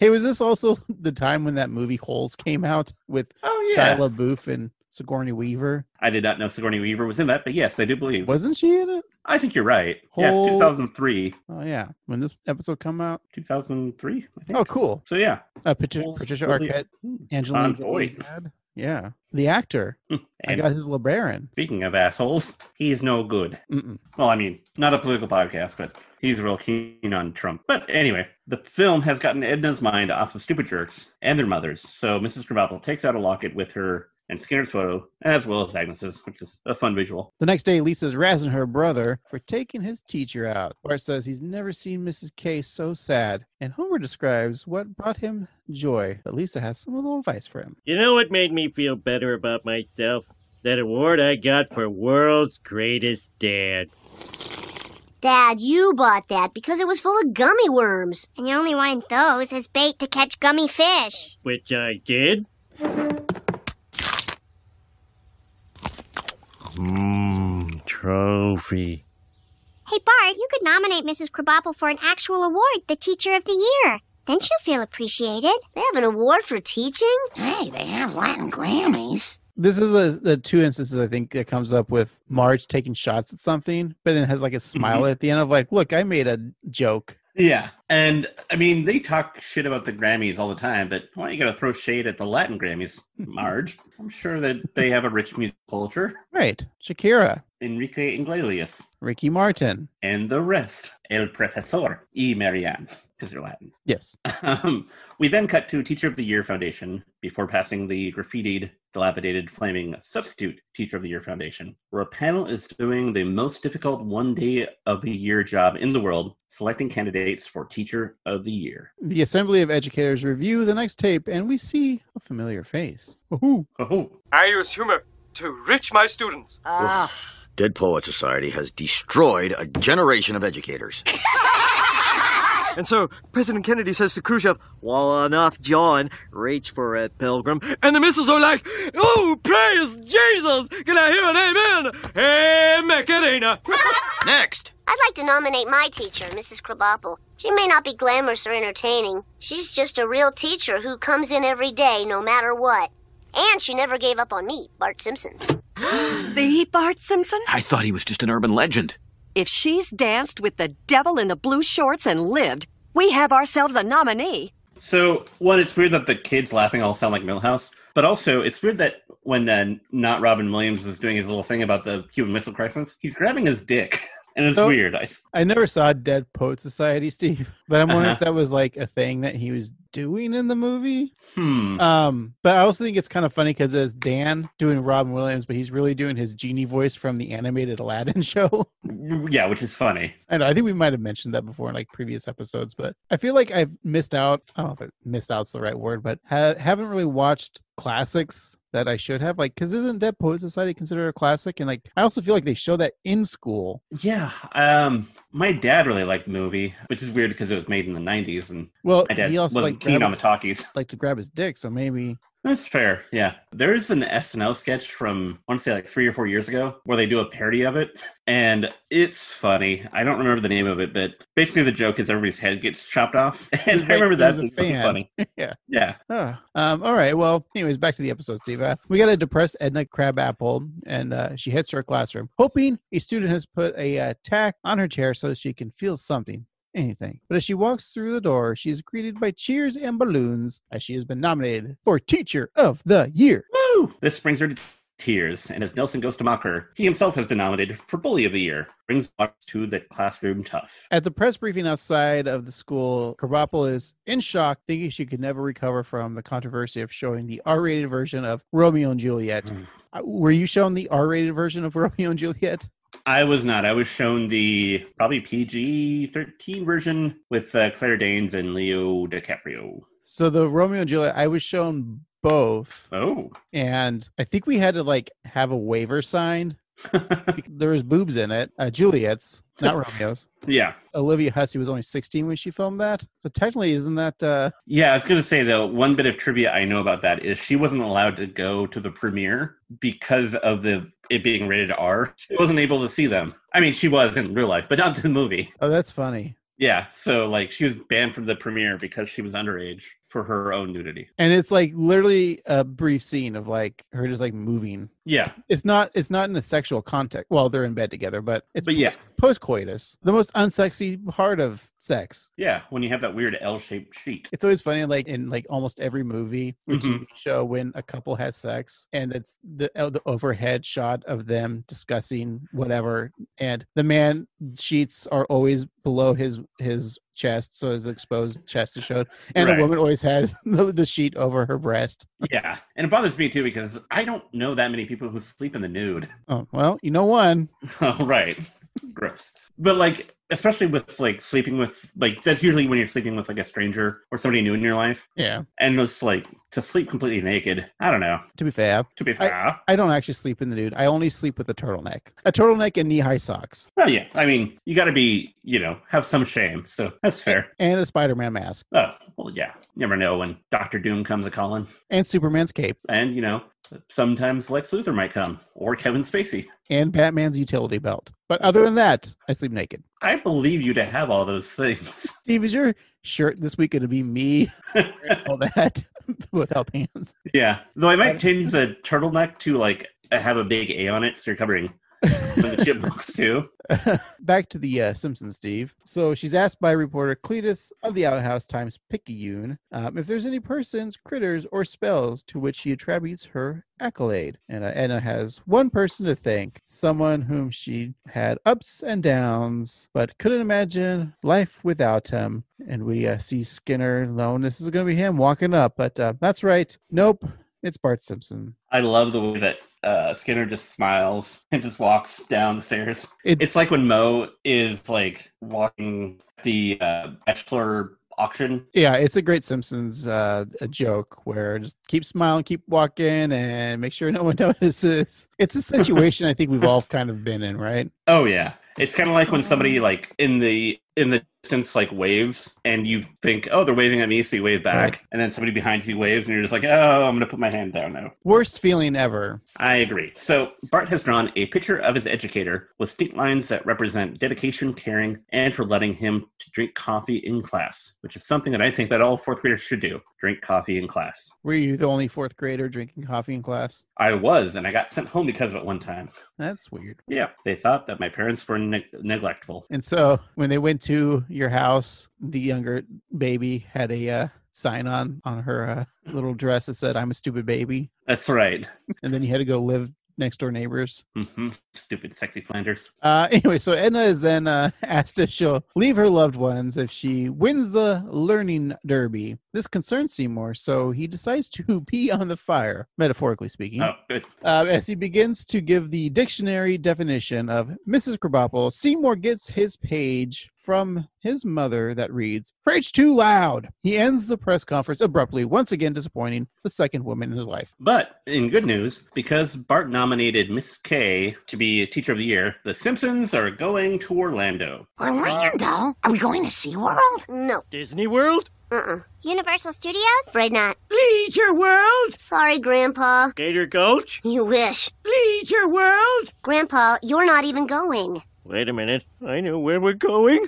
[SPEAKER 1] hey, was this also the time when that movie Holes came out with
[SPEAKER 2] Oh, yeah.
[SPEAKER 1] Shia LaBeouf and Sigourney Weaver?
[SPEAKER 2] I did not know Sigourney Weaver was in that, but yes, I do believe.
[SPEAKER 1] Wasn't she in it?
[SPEAKER 2] I think you're right. Yes,
[SPEAKER 1] Hole-
[SPEAKER 2] 2003.
[SPEAKER 1] Oh yeah, when this episode come out.
[SPEAKER 2] 2003, I think.
[SPEAKER 1] Oh cool.
[SPEAKER 2] So, yeah.
[SPEAKER 1] Uh, Patricia,
[SPEAKER 2] Holes
[SPEAKER 1] Patricia
[SPEAKER 2] really-
[SPEAKER 1] Arquette,
[SPEAKER 2] Hmm.
[SPEAKER 1] Angelina
[SPEAKER 2] John
[SPEAKER 1] Jolie's
[SPEAKER 2] Boyd.
[SPEAKER 1] dad. Yeah, the actor. I
[SPEAKER 2] And
[SPEAKER 1] got his LeBaron.
[SPEAKER 2] speaking of assholes, he's no good.
[SPEAKER 1] Mm-mm.
[SPEAKER 2] Well, I mean, not a political podcast, but he's real keen on Trump. But anyway, the film has gotten Edna's mind off of stupid jerks and their mothers. So Mrs. Krabappel takes out a locket with her and Skinner's photo, as well as Agnes's, which is a fun visual.
[SPEAKER 1] The next day, Lisa's razzing her brother for taking his teacher out. Bart says he's never seen Mrs. K so sad, and Homer describes what brought him joy. But Lisa has some little advice for him.
[SPEAKER 9] You know what made me feel better about myself? That award I got for World's Greatest Dad.
[SPEAKER 8] Dad, you bought that because it was full of gummy worms.
[SPEAKER 7] And you only wanted those as bait to catch gummy fish.
[SPEAKER 9] Which I did. Mmm, trophy.
[SPEAKER 7] Hey, Bart, you could nominate Mrs. Krabappel for an actual award, the Teacher of the Year. Then she'll feel appreciated.
[SPEAKER 8] They have an award for teaching?
[SPEAKER 6] Hey, they have Latin Grammys.
[SPEAKER 1] This is a the two instances I think that comes up with Marge taking shots at something, but then has like a smile at the end of like, "Look, I made a joke."
[SPEAKER 2] Yeah. And I mean, they talk shit about the Grammys all the time, but why you got to throw shade at the Latin Grammys, Marge? I'm sure that they have a rich music culture.
[SPEAKER 1] Right, Shakira,
[SPEAKER 2] Enrique Iglesias
[SPEAKER 1] Ricky Martin.
[SPEAKER 2] and the rest. El Profesor y Marianne, because they're Latin.
[SPEAKER 1] Yes.
[SPEAKER 2] Um, we then cut to Teacher of the Year Foundation before passing the graffitied, dilapidated, flaming substitute Teacher of the Year Foundation, where a panel is doing the most difficult one day of the year job in the world, selecting candidates for Teacher of the Year.
[SPEAKER 1] The Assembly of Educators review the next tape, and we see a familiar face. Ooh,
[SPEAKER 2] Oh,
[SPEAKER 3] I use humor to reach my students.
[SPEAKER 6] Ah. Dead Poet Society has destroyed a generation of educators.
[SPEAKER 9] And so President Kennedy says to Khrushchev, Well enough, John, reach for it, pilgrim. And the missiles are like, Oh, praise Jesus! Can I hear an amen? Hey, Macarena!
[SPEAKER 6] Next!
[SPEAKER 8] I'd like to nominate my teacher, Mrs. Krabappel. She may not be glamorous or entertaining. She's just a real teacher who comes in every day, no matter what. And she never gave up on me, Bart Simpson.
[SPEAKER 10] The Bart Simpson?
[SPEAKER 5] I thought he was just an urban legend.
[SPEAKER 10] If she's danced with the devil in the blue shorts and lived, we have ourselves a nominee.
[SPEAKER 2] So, one, it's weird that the kids laughing all sound like Millhouse, but also it's weird that when uh, not Robin Williams is doing his little thing about the Cuban Missile Crisis, he's grabbing his dick, and it's
[SPEAKER 1] So-
[SPEAKER 2] weird. I,
[SPEAKER 1] I never saw Dead Poet Society, Steve, but I'm wondering if
[SPEAKER 2] Uh-huh.
[SPEAKER 1] that was like a thing that he was doing in the movie.
[SPEAKER 2] hmm.
[SPEAKER 1] Um, but I also think it's kind of funny because it's Dan doing Robin Williams, but he's really doing his genie voice from the animated Aladdin show.
[SPEAKER 2] yeah, which is funny.
[SPEAKER 1] I know I think we might have mentioned that before in like previous episodes, but I feel like I've missed out. I don't know if missed out's the right word, but ha- haven't really watched classics that I should have. Like, because isn't Dead Poet Society considered a classic? And like, I also feel like they show that in school.
[SPEAKER 2] Yeah, um, my dad really liked the movie, which is weird because it was made in the '90s, and
[SPEAKER 1] Well,
[SPEAKER 2] my dad
[SPEAKER 1] he also
[SPEAKER 2] wasn't
[SPEAKER 1] like
[SPEAKER 2] keen
[SPEAKER 1] grabbed-
[SPEAKER 2] on the talkies.
[SPEAKER 1] like to grab his dick, so maybe
[SPEAKER 2] That's fair. Yeah. There's an SNL sketch from, I want to say like three or four years ago, where they do a parody of it. And it's funny. I don't remember the name of it, but basically the joke is everybody's head gets chopped off. And
[SPEAKER 1] was
[SPEAKER 2] I
[SPEAKER 1] like
[SPEAKER 2] remember
[SPEAKER 1] there
[SPEAKER 2] that.
[SPEAKER 1] was a
[SPEAKER 2] being really
[SPEAKER 1] fan.
[SPEAKER 2] funny.
[SPEAKER 1] yeah.
[SPEAKER 2] Yeah.
[SPEAKER 1] Huh. Um, all right. Well, anyways, back to the episode, Steve. Uh, we got a depressed Edna Crabapple, and uh, she heads to her classroom, hoping a student has put a uh, tack on her chair so she can feel something, anything. But as she walks through the door, she is greeted by cheers and balloons as she has been nominated for Teacher of the Year.
[SPEAKER 2] Woo! This brings her to tears. And as Nelson goes to mock her, he himself has been nominated for Bully of the Year. Brings us to the classroom tough.
[SPEAKER 1] At the press briefing outside of the school, Krabappel is in shock, thinking she could never recover from the controversy of showing the R rated version of Romeo and Juliet. Uh, Were you shown the R rated version of Romeo and Juliet?
[SPEAKER 2] I was not. I was shown the probably PG 13 version with uh, Claire Danes and Leo DiCaprio.
[SPEAKER 1] So the Romeo and Juliet, I was shown both,
[SPEAKER 2] Oh.
[SPEAKER 1] and I think we had to like have a waiver signed. there was boobs in it, uh, Juliet's, not Romeo's.
[SPEAKER 2] Yeah.
[SPEAKER 1] Olivia Hussey was only 16 when she filmed that, so technically, isn't that? Uh,
[SPEAKER 2] Yeah, I was going to say though, one bit of trivia I know about that is she wasn't allowed to go to the premiere because of the it being rated R. She wasn't able to see them. I mean, she was in real life, but not the movie.
[SPEAKER 1] oh, that's funny.
[SPEAKER 2] Yeah, so like she was banned from the premiere because she was underage for her own nudity.
[SPEAKER 1] and it's like literally a brief scene of like her just like moving
[SPEAKER 2] Yeah,
[SPEAKER 1] it's not it's not in a sexual context well they're in bed together but it's
[SPEAKER 2] But yeah.
[SPEAKER 1] post coitus the most unsexy part of sex
[SPEAKER 2] yeah. When you have that weird L-shaped sheet.
[SPEAKER 1] it's always funny like in like almost every movie or
[SPEAKER 2] Mhm.
[SPEAKER 1] tv show when a couple has sex and it's the, uh, the overhead shot of them discussing whatever and the man sheets are always below his his chest so his exposed chest is showed and
[SPEAKER 2] Right.
[SPEAKER 1] the woman always has the, the sheet over her breast
[SPEAKER 2] Yeah, and it bothers me too because I don't know that many people who sleep in the nude.
[SPEAKER 1] Oh well, you know one.
[SPEAKER 2] Oh, right. Gross. But like, especially with like sleeping with like that's usually when you're sleeping with like a stranger or somebody new in your life,
[SPEAKER 1] Yeah.
[SPEAKER 2] and it's like to sleep completely naked. I don't know.
[SPEAKER 1] To be fair,
[SPEAKER 2] To be fair,
[SPEAKER 1] I don't actually sleep in the nude. I only sleep with a turtleneck, a turtleneck and knee-high socks,
[SPEAKER 2] well, yeah. I mean, you got to be, you know, have some shame. So that's fair.
[SPEAKER 1] and a Spider-Man mask,
[SPEAKER 2] Oh, well, yeah. Never know when Doctor Doom comes a calling,
[SPEAKER 1] and Superman's cape,
[SPEAKER 2] and you know, sometimes Lex Luthor might come or Kevin Spacey.
[SPEAKER 1] and Batman's utility belt. But other than that, I sleep naked.
[SPEAKER 2] I believe you to have all those things.
[SPEAKER 1] Steve, is your shirt this week going to be me? wearing all that without pants.
[SPEAKER 2] Yeah, though I might change the turtleneck to like have a big A on it, so you're covering some of the chipmunks too.
[SPEAKER 1] Back to the uh, Simpsons, Steve. So she's asked by reporter Cletus of the Outhouse Times Picayune um, if there's any persons, critters, or spells to which she attributes her accolade. And uh, Anna has one person to thank, someone whom she had ups and downs, but couldn't imagine life without him. And we uh, see Skinner alone. This is going to be him walking up, but uh, that's right. Nope, it's Bart Simpson.
[SPEAKER 2] I love the way that uh, Skinner just smiles and just walks down the stairs.
[SPEAKER 1] It's,
[SPEAKER 2] It's, like when Mo is like walking the uh, bachelor auction.
[SPEAKER 1] Yeah, it's a great Simpsons uh, a joke where just keep smiling, keep walking, and make sure no one notices. It's a situation I think we've all kind of been in, right?
[SPEAKER 2] Oh yeah, it's kind of like when somebody like in the in the distance like waves, and you think, oh, they're waving at me, so you wave back,
[SPEAKER 1] Right.
[SPEAKER 2] and then somebody behind you waves, and you're just like, oh, I'm gonna put my hand down now.
[SPEAKER 1] Worst feeling ever.
[SPEAKER 2] I agree. So Bart has drawn a picture of his educator with stink lines that represent dedication, caring, and for letting him to drink coffee in class, which is something that I think that all fourth graders should do: drink coffee in class.
[SPEAKER 1] Were you the only fourth grader drinking coffee in class?
[SPEAKER 2] I was, and I got sent home because of it one time.
[SPEAKER 1] That's weird.
[SPEAKER 2] Yeah, they thought that my parents were neg- neglectful.
[SPEAKER 1] And so when they went to your house, the younger baby had a uh, sign on on her uh, little dress that said, I'm a stupid baby.
[SPEAKER 2] That's right.
[SPEAKER 1] And then you had to go live next door neighbors.
[SPEAKER 2] hmm Stupid, sexy Flanders.
[SPEAKER 1] Uh, anyway, so Edna is then uh, asked if she'll leave her loved ones if she wins the learning derby. This concerns Seymour, so he decides to pee on the fire, metaphorically speaking.
[SPEAKER 2] Oh, good.
[SPEAKER 1] Uh, as he begins to give the dictionary definition of Mrs. Krabappel, Seymour gets his page from his mother that reads, Preach too loud! He ends the press conference abruptly, once again disappointing the second woman in his life.
[SPEAKER 2] But in good news, because Bart nominated Miss K to be Teacher of the Year, the Simpsons are going to Orlando.
[SPEAKER 7] Orlando? Are we going to SeaWorld? No.
[SPEAKER 9] Disney World?
[SPEAKER 7] Uh-uh. Universal Studios? Afraid not.
[SPEAKER 9] Leisure World?
[SPEAKER 7] Sorry, Grandpa.
[SPEAKER 9] Gator Coach?
[SPEAKER 7] You wish.
[SPEAKER 9] Leisure World?
[SPEAKER 7] Grandpa, you're not even going.
[SPEAKER 9] Wait a minute. I know where we're going.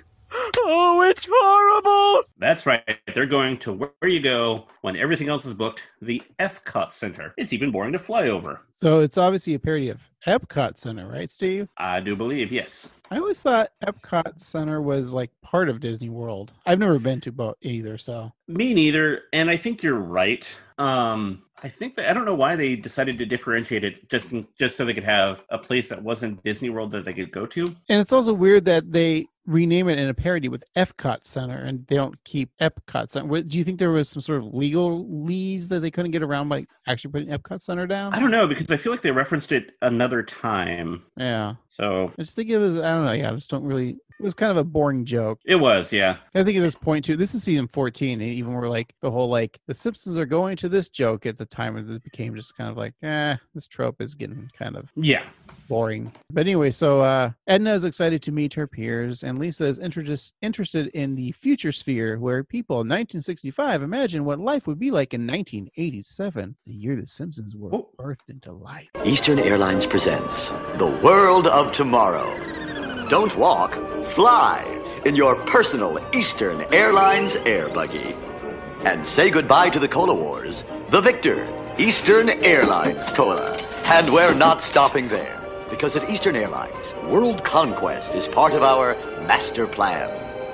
[SPEAKER 9] Oh, it's horrible!
[SPEAKER 2] That's right, they're going to where you go when everything else is booked, the Epcot Center. It's even boring to fly over.
[SPEAKER 1] So it's obviously a parody of Epcot Center, right, Steve?
[SPEAKER 2] I do believe, yes.
[SPEAKER 1] I always thought Epcot Center was like part of Disney World. I've never been to both either, so
[SPEAKER 2] Me neither, and I think you're right. Um, I think that I don't know why they decided to differentiate it just just so they could have a place that wasn't Disney World that they could go to.
[SPEAKER 1] And it's also weird that they rename it in a parody with Epcot Center and they don't keep Epcot Center. What, do you think there was some sort of legal lease that they couldn't get around by actually putting Epcot Center down?
[SPEAKER 2] I don't know because I feel like they referenced it another time.
[SPEAKER 1] Yeah.
[SPEAKER 2] So
[SPEAKER 1] I just think it was, I don't know. Yeah, I just don't really, it was kind of a boring joke.
[SPEAKER 2] it was, yeah.
[SPEAKER 1] I think at this point, too, this is season 14. And even where like the whole like the Simpsons are going to this joke at the time, and it became just kind of like, eh, this trope is getting kind of
[SPEAKER 2] Yeah.
[SPEAKER 1] boring. But anyway, so uh, Edna is excited to meet her peers, and Lisa is interest, interested in the future sphere where people in 1965 imagine what life would be like in 1987, the year the Simpsons were birthed into life.
[SPEAKER 6] Eastern Airlines presents The World of Tomorrow. Don't walk, fly in your personal Eastern Airlines air buggy. And say goodbye to the Cola Wars, the victor, Eastern Airlines Cola. And we're not stopping there, because at Eastern Airlines, world conquest is part of our master plan.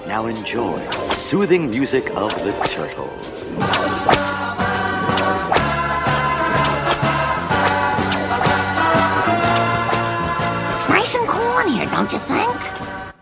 [SPEAKER 6] Now enjoy the soothing music of the turtles.
[SPEAKER 8] It's nice and cool in here, don't you think?
[SPEAKER 1] I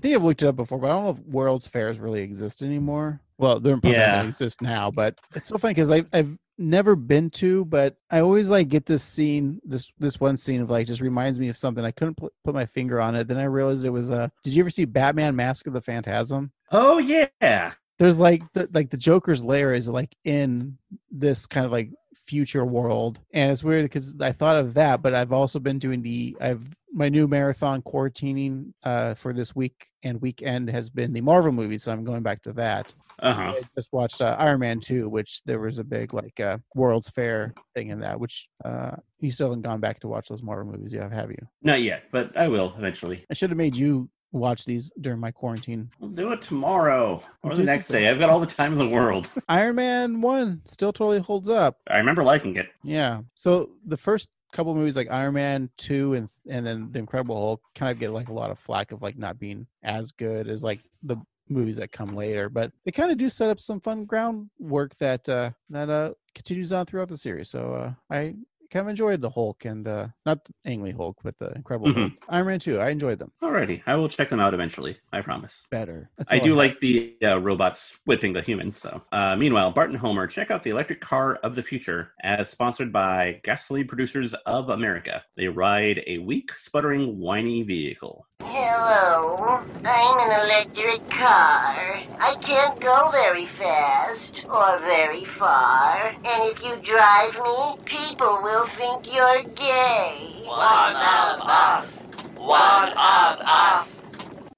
[SPEAKER 1] think I've looked it up before, but I don't know if World's Fairs really exist anymore. Well, they're probably
[SPEAKER 2] Yeah.
[SPEAKER 1] they exist now, but it's so funny because I've, I've never been to, but I always like get this scene, this this one scene of like just reminds me of something. I couldn't pl- put my finger on it. Then I realized it was Uh, did you ever see Batman Mask of the Phantasm?
[SPEAKER 2] Oh yeah.
[SPEAKER 1] there's like the like the Joker's lair is like in this kind of like future world, and it's weird because I thought of that, but I've also been doing the I've my new marathon quarantining uh, for this week and weekend has been the Marvel movie, so I'm going back to that.
[SPEAKER 2] Uh-huh.
[SPEAKER 1] I just watched uh, Iron Man two, which there was a big like uh, World's Fair thing in that, which uh, you still haven't gone back to watch those Marvel movies yet, have you?
[SPEAKER 2] Not yet, but I will eventually.
[SPEAKER 1] I should have made you watch these during my quarantine.
[SPEAKER 2] We'll do it tomorrow or
[SPEAKER 1] Do
[SPEAKER 2] the
[SPEAKER 1] it
[SPEAKER 2] next
[SPEAKER 1] tomorrow.
[SPEAKER 2] day. I've got all the time in the world.
[SPEAKER 1] Iron Man one still totally holds up.
[SPEAKER 2] I remember liking it.
[SPEAKER 1] Yeah. So the first couple movies like Iron Man 2 and and then The Incredible Hulk kind of get like a lot of flack of like not being as good as like the movies that come later, but they kind of do set up some fun groundwork that uh that uh continues on throughout the series. So uh I kind of enjoyed the Hulk and uh not the Angley Hulk, but the Incredible
[SPEAKER 2] Mhm.
[SPEAKER 1] Hulk. Iron Man 2, I enjoyed them
[SPEAKER 2] Alrighty, I will check them out eventually. I promise.
[SPEAKER 1] better. That's
[SPEAKER 2] I
[SPEAKER 1] all
[SPEAKER 2] do
[SPEAKER 1] have.
[SPEAKER 2] like the uh, robots whipping the humans. So, uh, meanwhile, Bart and Homer check out the electric car of the future, as sponsored by Gasoline Producers of America. They ride a weak, sputtering, whiny vehicle.
[SPEAKER 8] Hello, I'm an electric car. I can't go very fast or very far. And if you drive me, people will think you're gay. One of us. One of us.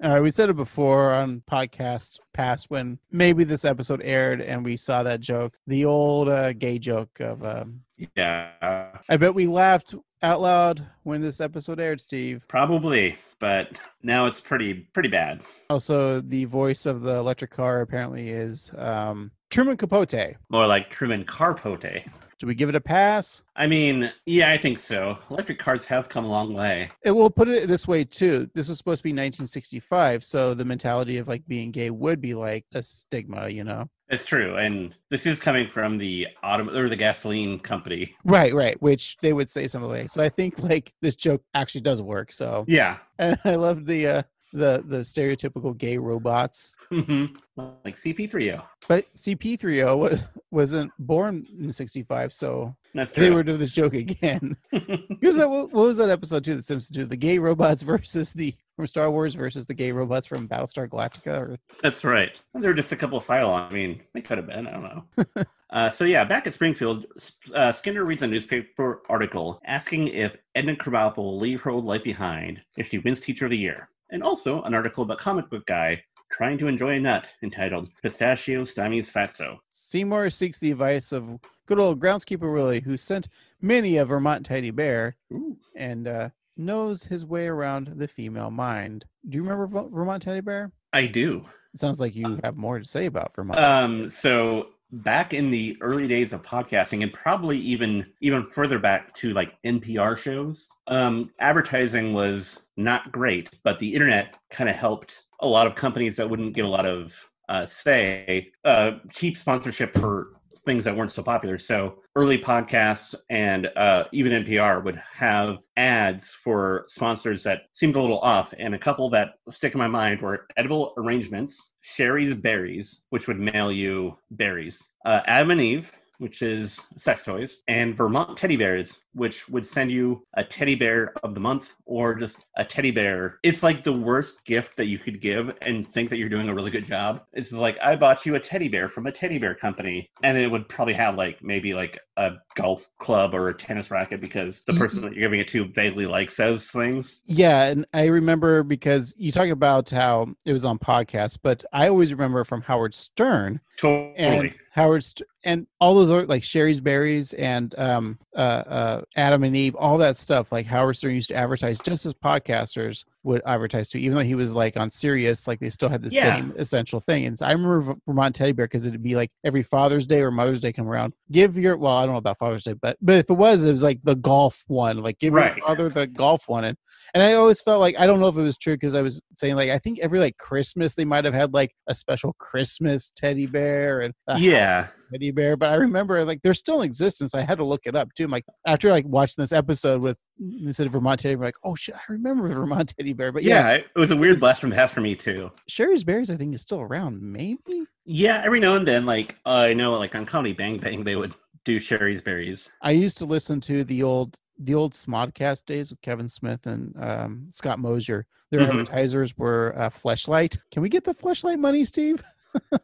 [SPEAKER 1] Uh, we said it before on podcasts past when maybe this episode aired and we saw that joke, the old uh, gay joke of. Um,
[SPEAKER 2] Yeah,
[SPEAKER 1] I bet we laughed out loud when this episode aired, Steve.
[SPEAKER 2] probably, but now it's pretty pretty bad.
[SPEAKER 1] Also, the voice of the electric car apparently is um, Truman Capote.
[SPEAKER 2] More like Truman Carpote.
[SPEAKER 1] Do we give it a pass?
[SPEAKER 2] I mean, yeah, I think so. Electric cars have come a long way.
[SPEAKER 1] It will put it this way too. This was supposed to be 1965, so the mentality of like being gay would be like a stigma, you know.
[SPEAKER 2] That's true, and this is coming from the autom- or the gasoline company.
[SPEAKER 1] Right, right. Which they would say something like. So I think like this joke actually does work. So
[SPEAKER 2] Yeah,
[SPEAKER 1] and I love the uh, the the stereotypical gay robots.
[SPEAKER 2] Mhm. like CP3O.
[SPEAKER 1] But CP3O was, oh wasn't born in '65, so
[SPEAKER 2] That's true.
[SPEAKER 1] they were doing this joke again. Here's that. What what was that episode two? The Simpsons two. The gay robots versus the from Star Wars versus the gay robots from Battlestar Galactica. Or,
[SPEAKER 2] That's right. There were just a couple Cylon. I mean, they could have been. I don't know. uh, so yeah, back at Springfield, S- uh, Skinner reads a newspaper article asking if Edna Krabappel will leave her old life behind if she wins Teacher of the Year, and also an article about comic book guy trying to enjoy a nut entitled "Pistachio Stymies Fatso."
[SPEAKER 1] Seymour seeks the advice of good old groundskeeper Willie, who sent many a Vermont teddy bear
[SPEAKER 2] Ooh.
[SPEAKER 1] and uh, knows his way around the female mind. Do you remember Vo- Vermont teddy bear?
[SPEAKER 2] I do.
[SPEAKER 1] It sounds like you have more to say about Vermont.
[SPEAKER 2] Um, so back in the early days of podcasting and probably even even further back to like NPR shows, um, advertising was not great, but the internet kind of helped a lot of companies that wouldn't get a lot of uh, say uh, cheap sponsorship for things that weren't so popular. So early podcasts and uh, even NPR would have ads for sponsors that seemed a little off. And a couple that stick in my mind were Edible Arrangements, Sherry's Berries, which would mail you berries, uh, Adam and Eve, which is sex toys, and Vermont Teddy Bears, which would send you a teddy bear of the month or just a teddy bear. It's like the worst gift that you could give and think that you're doing a really good job. It's just like, I bought you a teddy bear from a teddy bear company. And it would probably have like maybe like a golf club or a tennis racket because the person
[SPEAKER 1] Mm-hmm.
[SPEAKER 2] that you're giving it to vaguely likes those things.
[SPEAKER 1] Yeah, and I remember because you talk about how it was on podcasts, but I always remember from Howard Stern
[SPEAKER 2] Totally.
[SPEAKER 1] and Howard St- and all those are like Sherry's Berries and um, uh, uh, Adam and Eve, all that stuff. Like Howard Stern used to advertise just as podcasters would advertise to, even though he was like on Sirius, like they still had the
[SPEAKER 2] Yeah.
[SPEAKER 1] same essential thing. And I remember V- Vermont Teddy Bear because it'd be like every Father's Day or Mother's Day come around, give your well, I don't know about Father's Day, but but if it was, it was like the golf one, like give
[SPEAKER 2] Right.
[SPEAKER 1] your father the golf one, and and I always felt like I don't know if it was true because I was saying like I think every like Christmas they might have had like a special Christmas teddy bear and a
[SPEAKER 2] yeah.
[SPEAKER 1] teddy bear, but I remember like they're still in existence. I had to look it up too. I'm like after like watching this episode with instead of Vermont teddy bear, like oh shit, I remember the Vermont teddy bear. But yeah,
[SPEAKER 2] yeah, it was a weird blast from the past for me too.
[SPEAKER 1] Sherry's Berries I think is still around. Maybe
[SPEAKER 2] Yeah, every now and then, like uh, I know, like on Comedy Bang Bang, they would do Sherry's Berries.
[SPEAKER 1] I used to listen to the old the old Smodcast days with Kevin Smith and um, Scott Mosier. Their
[SPEAKER 2] Mhm.
[SPEAKER 1] advertisers were uh, Fleshlight. Can we get the Fleshlight money, Steve?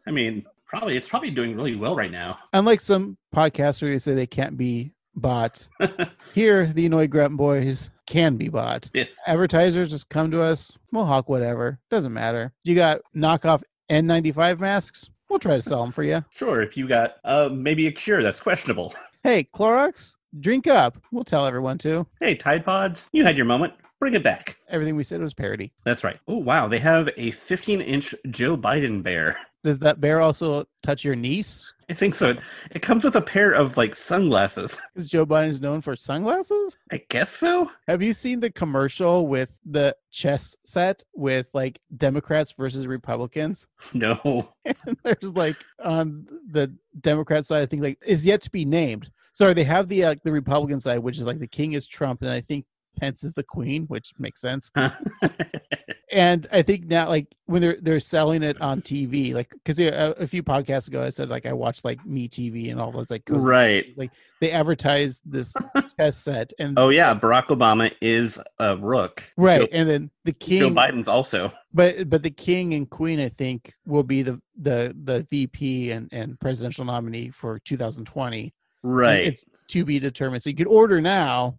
[SPEAKER 2] I mean, probably it's probably doing really well right now.
[SPEAKER 1] unlike some podcasts where they say they can't be bought, here the Annoyed Grunt Boys can be bought.
[SPEAKER 2] Yes,
[SPEAKER 1] Advertisers just come to us. We'll hawk whatever. Doesn't matter. You got knockoff N95 masks? We'll try to sell them for you.
[SPEAKER 2] sure. If you got uh, maybe a cure that's questionable.
[SPEAKER 1] Hey, Clorox, drink up. We'll tell everyone to.
[SPEAKER 2] Hey, Tide Pods, you had your moment. Bring it back.
[SPEAKER 1] Everything we said was parody.
[SPEAKER 2] That's right. Oh wow, they have a 15-inch Joe Biden bear.
[SPEAKER 1] Does that bear also touch your niece?
[SPEAKER 2] I think so. It- It comes with a pair of like sunglasses.
[SPEAKER 1] Because Joe Biden is known for sunglasses?
[SPEAKER 2] I guess so.
[SPEAKER 1] Have you seen the commercial with the chess set with like Democrats versus Republicans?
[SPEAKER 2] No.
[SPEAKER 1] and there's like on the Democrat side, I think like is yet to be named. Sorry, they have the uh, the Republican side, which is like the king is Trump, and I think Pence is the queen, which makes sense. And I think now, like when they're they're selling it on TV, like because a, a few podcasts ago, I said like I watched like Me TV and all those like goes-
[SPEAKER 2] right.
[SPEAKER 1] like they advertised this chess set and
[SPEAKER 2] Oh yeah, Barack Obama is a rook.
[SPEAKER 1] right,
[SPEAKER 2] Joe,
[SPEAKER 1] and then the
[SPEAKER 2] Joe
[SPEAKER 1] king
[SPEAKER 2] Biden's also.
[SPEAKER 1] but but the king and queen i think will be the the the vp and and presidential nominee for 2020 And
[SPEAKER 2] Right.
[SPEAKER 1] it's to be determined so you could order now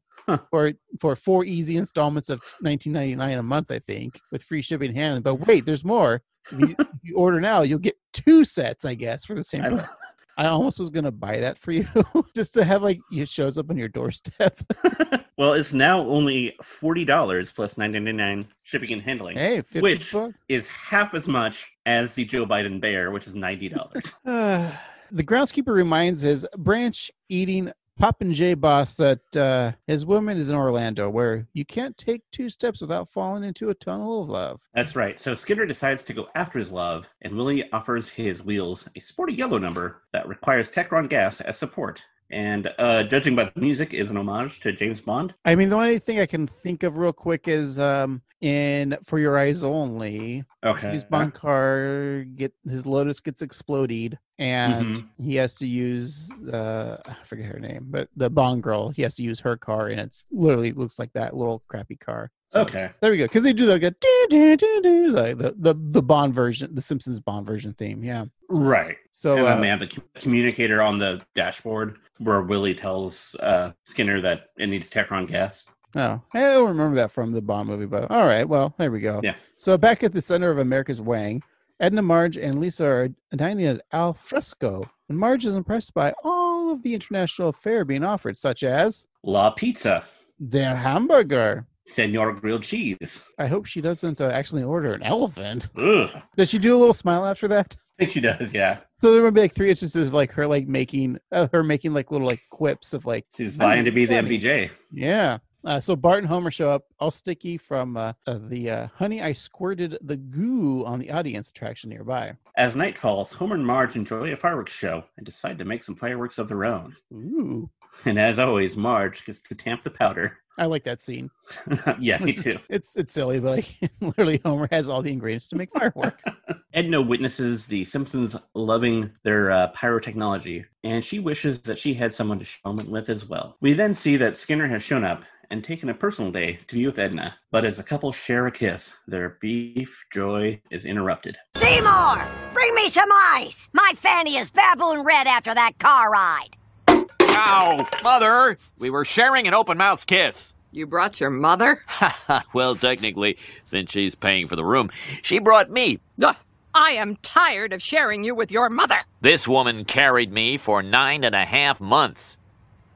[SPEAKER 1] for for four easy installments of 19.99 a month, I think, with free shipping and handling. But wait, there's more. If you, if you order now, you'll get two sets, I guess, for the same
[SPEAKER 2] I
[SPEAKER 1] price.
[SPEAKER 2] love-
[SPEAKER 1] I almost was gonna buy that for you, just to have like it shows up on your doorstep.
[SPEAKER 2] Well, it's now only forty dollars plus nine ninety nine shipping and handling,
[SPEAKER 1] Hey, 50
[SPEAKER 2] Which-
[SPEAKER 1] bucks?
[SPEAKER 2] is half as much as the Joe Biden bear, which is ninety dollars.
[SPEAKER 1] Uh, the groundskeeper reminds his branch eating Popinjay boss that uh, his woman is in Orlando, where you can't take two steps without falling into a tunnel of love.
[SPEAKER 2] That's right. So Skinner decides to go after his love, and Willie offers his wheels a sporty yellow number that requires Tecron gas as support. And uh, judging by the music, is an homage to James Bond.
[SPEAKER 1] I mean, the only thing I can think of real quick is um, in "For Your Eyes Only,"
[SPEAKER 2] Okay.
[SPEAKER 1] his Bond car get his Lotus gets exploded, and
[SPEAKER 2] Mhm.
[SPEAKER 1] he has to use uh, I forget her name, but the Bond girl. He has to use her car, and it's literally looks like that little crappy car. So-
[SPEAKER 2] Okay.
[SPEAKER 1] There we go. Because they do like a do do do do like the, the the Bond version, the Simpsons Bond version theme. Yeah.
[SPEAKER 2] Right.
[SPEAKER 1] So
[SPEAKER 2] and then
[SPEAKER 1] uh,
[SPEAKER 2] they have the com- communicator on the dashboard where Willie tells uh, Skinner that it needs Tecron gas.
[SPEAKER 1] oh, I don't remember that from the Bond movie, but all right. Well, there we go.
[SPEAKER 2] Yeah.
[SPEAKER 1] So back at the center of America's Wang, Edna, Marge, and Lisa are dining at al fresco, and Marge is impressed by all of the international fare being offered, such as
[SPEAKER 2] La Pizza,
[SPEAKER 1] their hamburger.
[SPEAKER 2] Senor Grilled Cheese.
[SPEAKER 1] I hope she doesn't uh, actually order an elephant.
[SPEAKER 2] Ugh. I
[SPEAKER 1] Does she do a little smile after that?
[SPEAKER 2] think she does, yeah.
[SPEAKER 1] So there would be like three instances of like her like making uh, her making like little like quips of like I
[SPEAKER 2] She's
[SPEAKER 1] mean,
[SPEAKER 2] vying to be the
[SPEAKER 1] funny.
[SPEAKER 2] MBJ.
[SPEAKER 1] Yeah. Uh, so Bart and Homer show up all sticky from uh, uh, the uh, honey I squirted the goo on the audience attraction nearby.
[SPEAKER 2] As night falls, Homer and Marge enjoy a fireworks show and decide to make some fireworks of their own.
[SPEAKER 1] Ooh,
[SPEAKER 2] And as always, Marge gets to tamp the powder.
[SPEAKER 1] I like that scene.
[SPEAKER 2] yeah, me
[SPEAKER 1] It's just-
[SPEAKER 2] too.
[SPEAKER 1] It's it's silly, but like literally Homer has all the ingredients to make fireworks.
[SPEAKER 2] Edna witnesses the Simpsons loving their uh, pyrotechnology, and she wishes that she had someone to film it with as well. We then see that Skinner has shown up and taken a personal day to be with Edna, but as the couple share a kiss, their beef joy is interrupted.
[SPEAKER 11] Seymour, bring me some ice. My fanny is baboon red after that car ride.
[SPEAKER 5] Ow! Mother! We were sharing an open mouthed kiss.
[SPEAKER 4] You brought your mother?
[SPEAKER 5] well, technically, since she's paying for the room, she brought me.
[SPEAKER 4] Ugh, I am tired of sharing you with your mother.
[SPEAKER 5] This woman carried me for nine and a half months.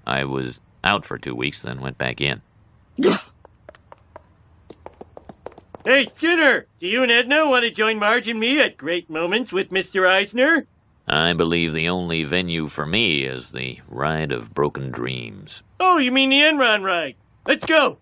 [SPEAKER 5] I was out for two weeks, then went back in.
[SPEAKER 9] Hey, Skinner, do you and Edna want to join Marge and me at Great Moments with Mr. Eisner?
[SPEAKER 5] I believe the only venue for me is the Ride of Broken Dreams.
[SPEAKER 9] Oh, you mean the Enron ride? Let's go.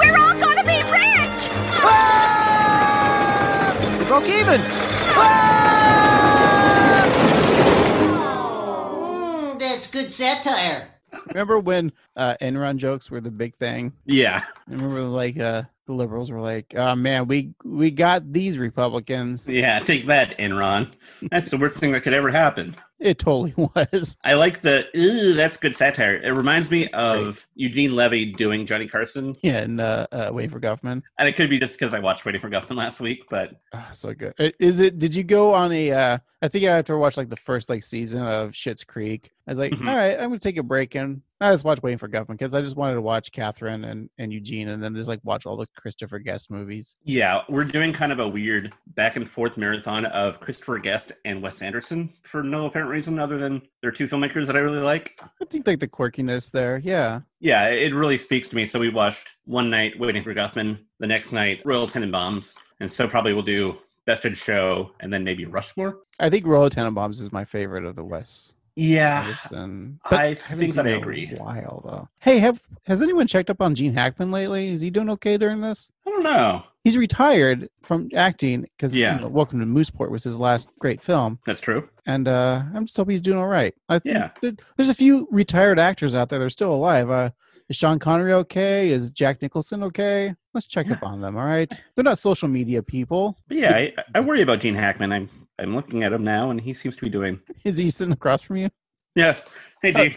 [SPEAKER 11] We're all gonna be rich!
[SPEAKER 9] We broke even.
[SPEAKER 8] Mm, that's good satire.
[SPEAKER 1] Remember when uh, Enron jokes were the big thing?
[SPEAKER 2] Yeah.
[SPEAKER 1] Remember like uh, the liberals were like, "Oh man, we we got these Republicans."
[SPEAKER 2] Yeah, take that, Enron. That's the worst thing that could ever happen.
[SPEAKER 1] It totally was.
[SPEAKER 2] I like the, ooh, that's good satire. It reminds me of Eugene Levy doing Johnny Carson.
[SPEAKER 1] Yeah, and uh, uh, wait for Guffman.
[SPEAKER 2] And it could be just because I watched Waiting for Guffman last week, but
[SPEAKER 1] Oh, so good. I- Is it? Did you go on a? Uh, I think I have to watch like the first like season of Shit's Creek. I was like,
[SPEAKER 2] Mhm.
[SPEAKER 1] "All right, I'm gonna take a break and I just watch Waiting for Guffman because I just wanted to watch Catherine and and Eugene and then just like watch all the Christopher Guest movies.
[SPEAKER 2] Yeah, we're doing kind of a weird back and forth marathon of Christopher Guest and Wes Anderson for no apparent reason other than they're two filmmakers that I really like.
[SPEAKER 1] I think like the quirkiness there. Yeah.
[SPEAKER 2] Yeah, it really speaks to me. So we watched one night Waiting for Guffman, the next night Royal Tenenbaums, and so probably we'll do Best in Show and then maybe Rushmore.
[SPEAKER 1] I think Royal Tenenbaums is my favorite of the West.
[SPEAKER 2] Yeah,
[SPEAKER 1] Anderson.
[SPEAKER 2] Ah, I
[SPEAKER 1] haven't
[SPEAKER 2] think
[SPEAKER 1] seen
[SPEAKER 2] that I
[SPEAKER 1] it in
[SPEAKER 2] agree.
[SPEAKER 1] A while though. Hey, have has anyone checked up on Gene Hackman lately? Is he doing okay during this?
[SPEAKER 2] I don't know.
[SPEAKER 1] he's retired from acting because
[SPEAKER 2] Yeah.
[SPEAKER 1] Welcome to Mooseport was his last great film,
[SPEAKER 2] That's true.
[SPEAKER 1] and uh, I'm just hoping he's doing all right. I think
[SPEAKER 2] Yeah.
[SPEAKER 1] there- there's a few retired actors out there that are still alive. Uh, is Sean Connery okay? Is Jack Nicholson okay? Let's check up on them. All right, they're not social media people.
[SPEAKER 2] But yeah, I, I worry about Gene Hackman. I'm I'm looking at him now, and he seems to be doing.
[SPEAKER 1] is he sitting across from you?
[SPEAKER 2] Yeah. Hey,
[SPEAKER 1] Oh.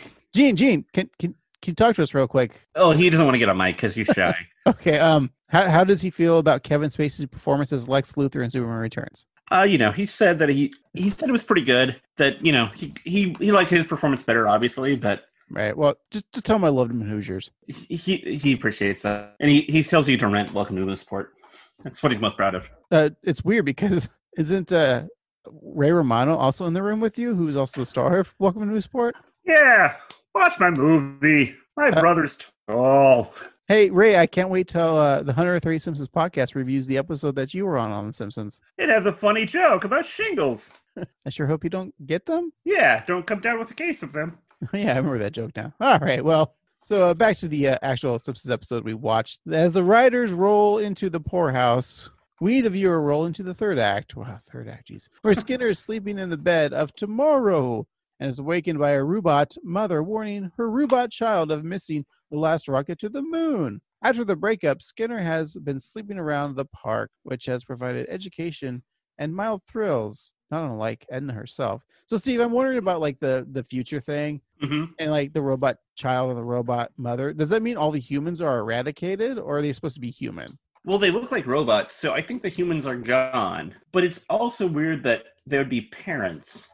[SPEAKER 1] Gene,
[SPEAKER 2] Gene.
[SPEAKER 1] Gene, can can can you talk to us real quick?
[SPEAKER 2] Oh, he doesn't want to get on mic because he's shy.
[SPEAKER 1] Okay. Um. How how does he feel about Kevin Spacey's performance as Lex Luthor in Superman Returns?
[SPEAKER 2] Uh, you know, he said that he he said it was pretty good. That you know he he, he liked his performance better, obviously, but
[SPEAKER 1] right. Well, just to tell him I loved him in Hoosiers.
[SPEAKER 2] He he appreciates that, and he he tells you to rent "Welcome to Moonsport." That's what he's most proud of.
[SPEAKER 1] Uh, it's weird because isn't uh, Ray Romano also in the room with you, who's also the star of Welcome to Newsport?
[SPEAKER 12] Yeah, watch my movie. My
[SPEAKER 2] Uh,
[SPEAKER 12] brother's tall.
[SPEAKER 1] Hey Ray, I can't wait till uh, the 103 Simpsons podcast reviews the episode that you were on on The Simpsons.
[SPEAKER 12] It has a funny joke about shingles.
[SPEAKER 1] I sure hope you don't get them.
[SPEAKER 12] Yeah, don't come down with a case of them.
[SPEAKER 1] yeah, I remember that joke now. All right, well, so uh, back to the uh, actual Simpsons episode we watched. As the writers roll into the poorhouse, we, the viewer, roll into the third act. Wow, third act, jeez. Where Skinner is sleeping in the bed of tomorrow and is awakened by a robot mother warning her robot child of missing the last rocket to the moon. After the breakup, Skinner has been sleeping around the park, which has provided education and mild thrills, not unlike Edna herself. So, Steve, I'm wondering about like the the future thing
[SPEAKER 2] Mm-hmm.
[SPEAKER 1] and like the robot child or the robot mother. Does that mean all the humans are eradicated, or are they supposed to be human?
[SPEAKER 2] Well, they look like robots, so I think the humans are gone. But it's also weird that there would be parents.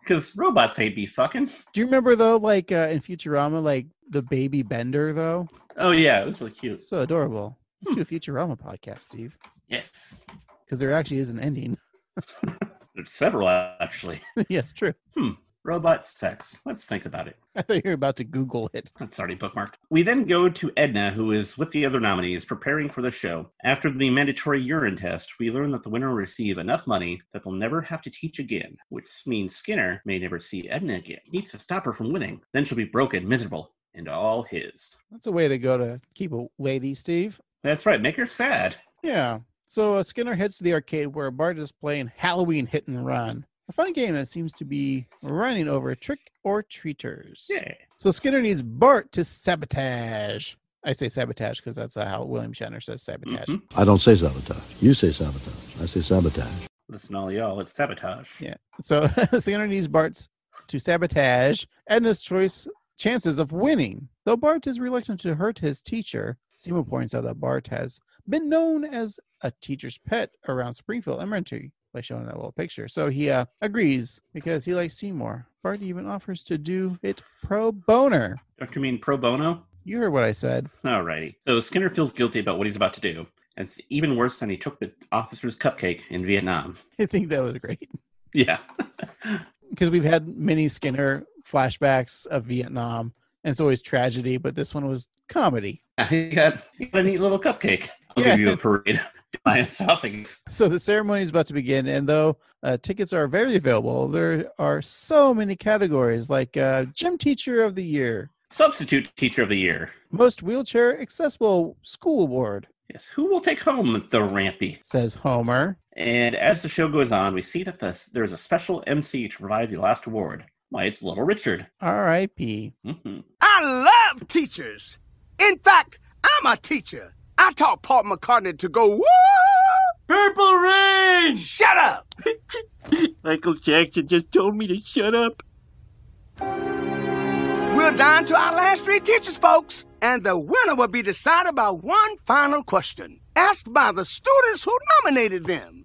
[SPEAKER 2] Because robots hate be fucking.
[SPEAKER 1] Do you remember though, like uh, in Futurama, like the baby Bender though?
[SPEAKER 2] Oh, yeah, it was really cute.
[SPEAKER 1] So adorable. Let's do a Futurama podcast, Steve.
[SPEAKER 2] Yes.
[SPEAKER 1] Because there actually is an ending.
[SPEAKER 2] There's several, actually.
[SPEAKER 1] yes, true.
[SPEAKER 2] Hmm. Robot sex. Let's think about it.
[SPEAKER 1] I thought you were about to Google it.
[SPEAKER 2] That's already bookmarked. We then go to Edna, who is with the other nominees preparing for the show. After the mandatory urine test, we learn that the winner will receive enough money that they'll never have to teach again, which means Skinner may never see Edna again. He needs to stop her from winning. Then she'll be broken, miserable, and all his.
[SPEAKER 1] That's a way to go to keep a lady, Steve.
[SPEAKER 2] That's right. Make her sad.
[SPEAKER 1] Yeah. So uh, Skinner heads to the arcade where Bart is playing Halloween Hit and Run, a fun game that seems to be running over trick or treaters.
[SPEAKER 2] Yeah.
[SPEAKER 1] So Skinner needs Bart to sabotage. I say sabotage because that's uh, how William Shatner says sabotage.
[SPEAKER 2] Mm-hmm.
[SPEAKER 13] I don't say sabotage. You say sabotage. I say sabotage.
[SPEAKER 2] Listen, all y'all, it's sabotage.
[SPEAKER 1] Yeah. So Skinner needs Bart's to sabotage Edna's choice chances of winning. Though Bart is reluctant to hurt his teacher, Seymour points out that Bart has been known as a teacher's pet around Springfield Elementary by showing that little picture. So he uh, agrees because he likes Seymour. Bart even offers to do it pro boner.
[SPEAKER 2] Don't you mean pro bono?
[SPEAKER 1] You heard what I said.
[SPEAKER 2] Alrighty. So Skinner feels guilty about what he's about to do. and It's even worse than he took the officer's cupcake in Vietnam.
[SPEAKER 1] I think that was great
[SPEAKER 2] Yeah.
[SPEAKER 1] because we've had many Skinner flashbacks of Vietnam, and it's always tragedy, but this one was comedy.
[SPEAKER 2] He got, he got a neat little cupcake. I'll give you a parade. Lion stuffings.
[SPEAKER 1] So the ceremony is about to begin, and though uh, tickets are very available, there are so many categories like uh, gym teacher of the year,
[SPEAKER 2] Substitute teacher of the year.
[SPEAKER 1] most wheelchair accessible school award,
[SPEAKER 2] Yes. Who will take home the rampy?
[SPEAKER 1] says Homer.
[SPEAKER 2] And as the show goes on, we see that the, there's a special MC to provide the last award. Why, it's Little Richard.
[SPEAKER 1] R.I.P.
[SPEAKER 2] Mhm.
[SPEAKER 14] I love teachers. In fact, I'm a teacher. I taught Paul McCartney to go woo. Purple rain. Shut up.
[SPEAKER 15] Michael Jackson just told me to shut up.
[SPEAKER 14] We're down to our last three teachers, folks, and the winner will be decided by one final question asked by the students who nominated them.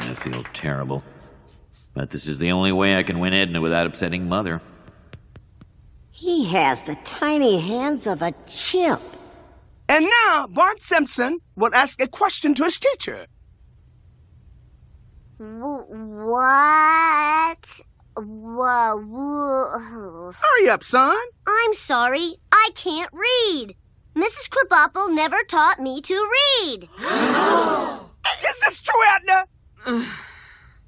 [SPEAKER 5] I feel terrible. But this is the only way I can win Edna without upsetting Mother.
[SPEAKER 14] He has the tiny hands of a chimp. And now Bart Simpson will ask a question to his teacher.
[SPEAKER 7] W- what? Whoa, whoa.
[SPEAKER 14] Hurry up, son.
[SPEAKER 7] I'm sorry. I can't read. Mrs. Krabappel never taught me to read.
[SPEAKER 14] Is this true, Edna?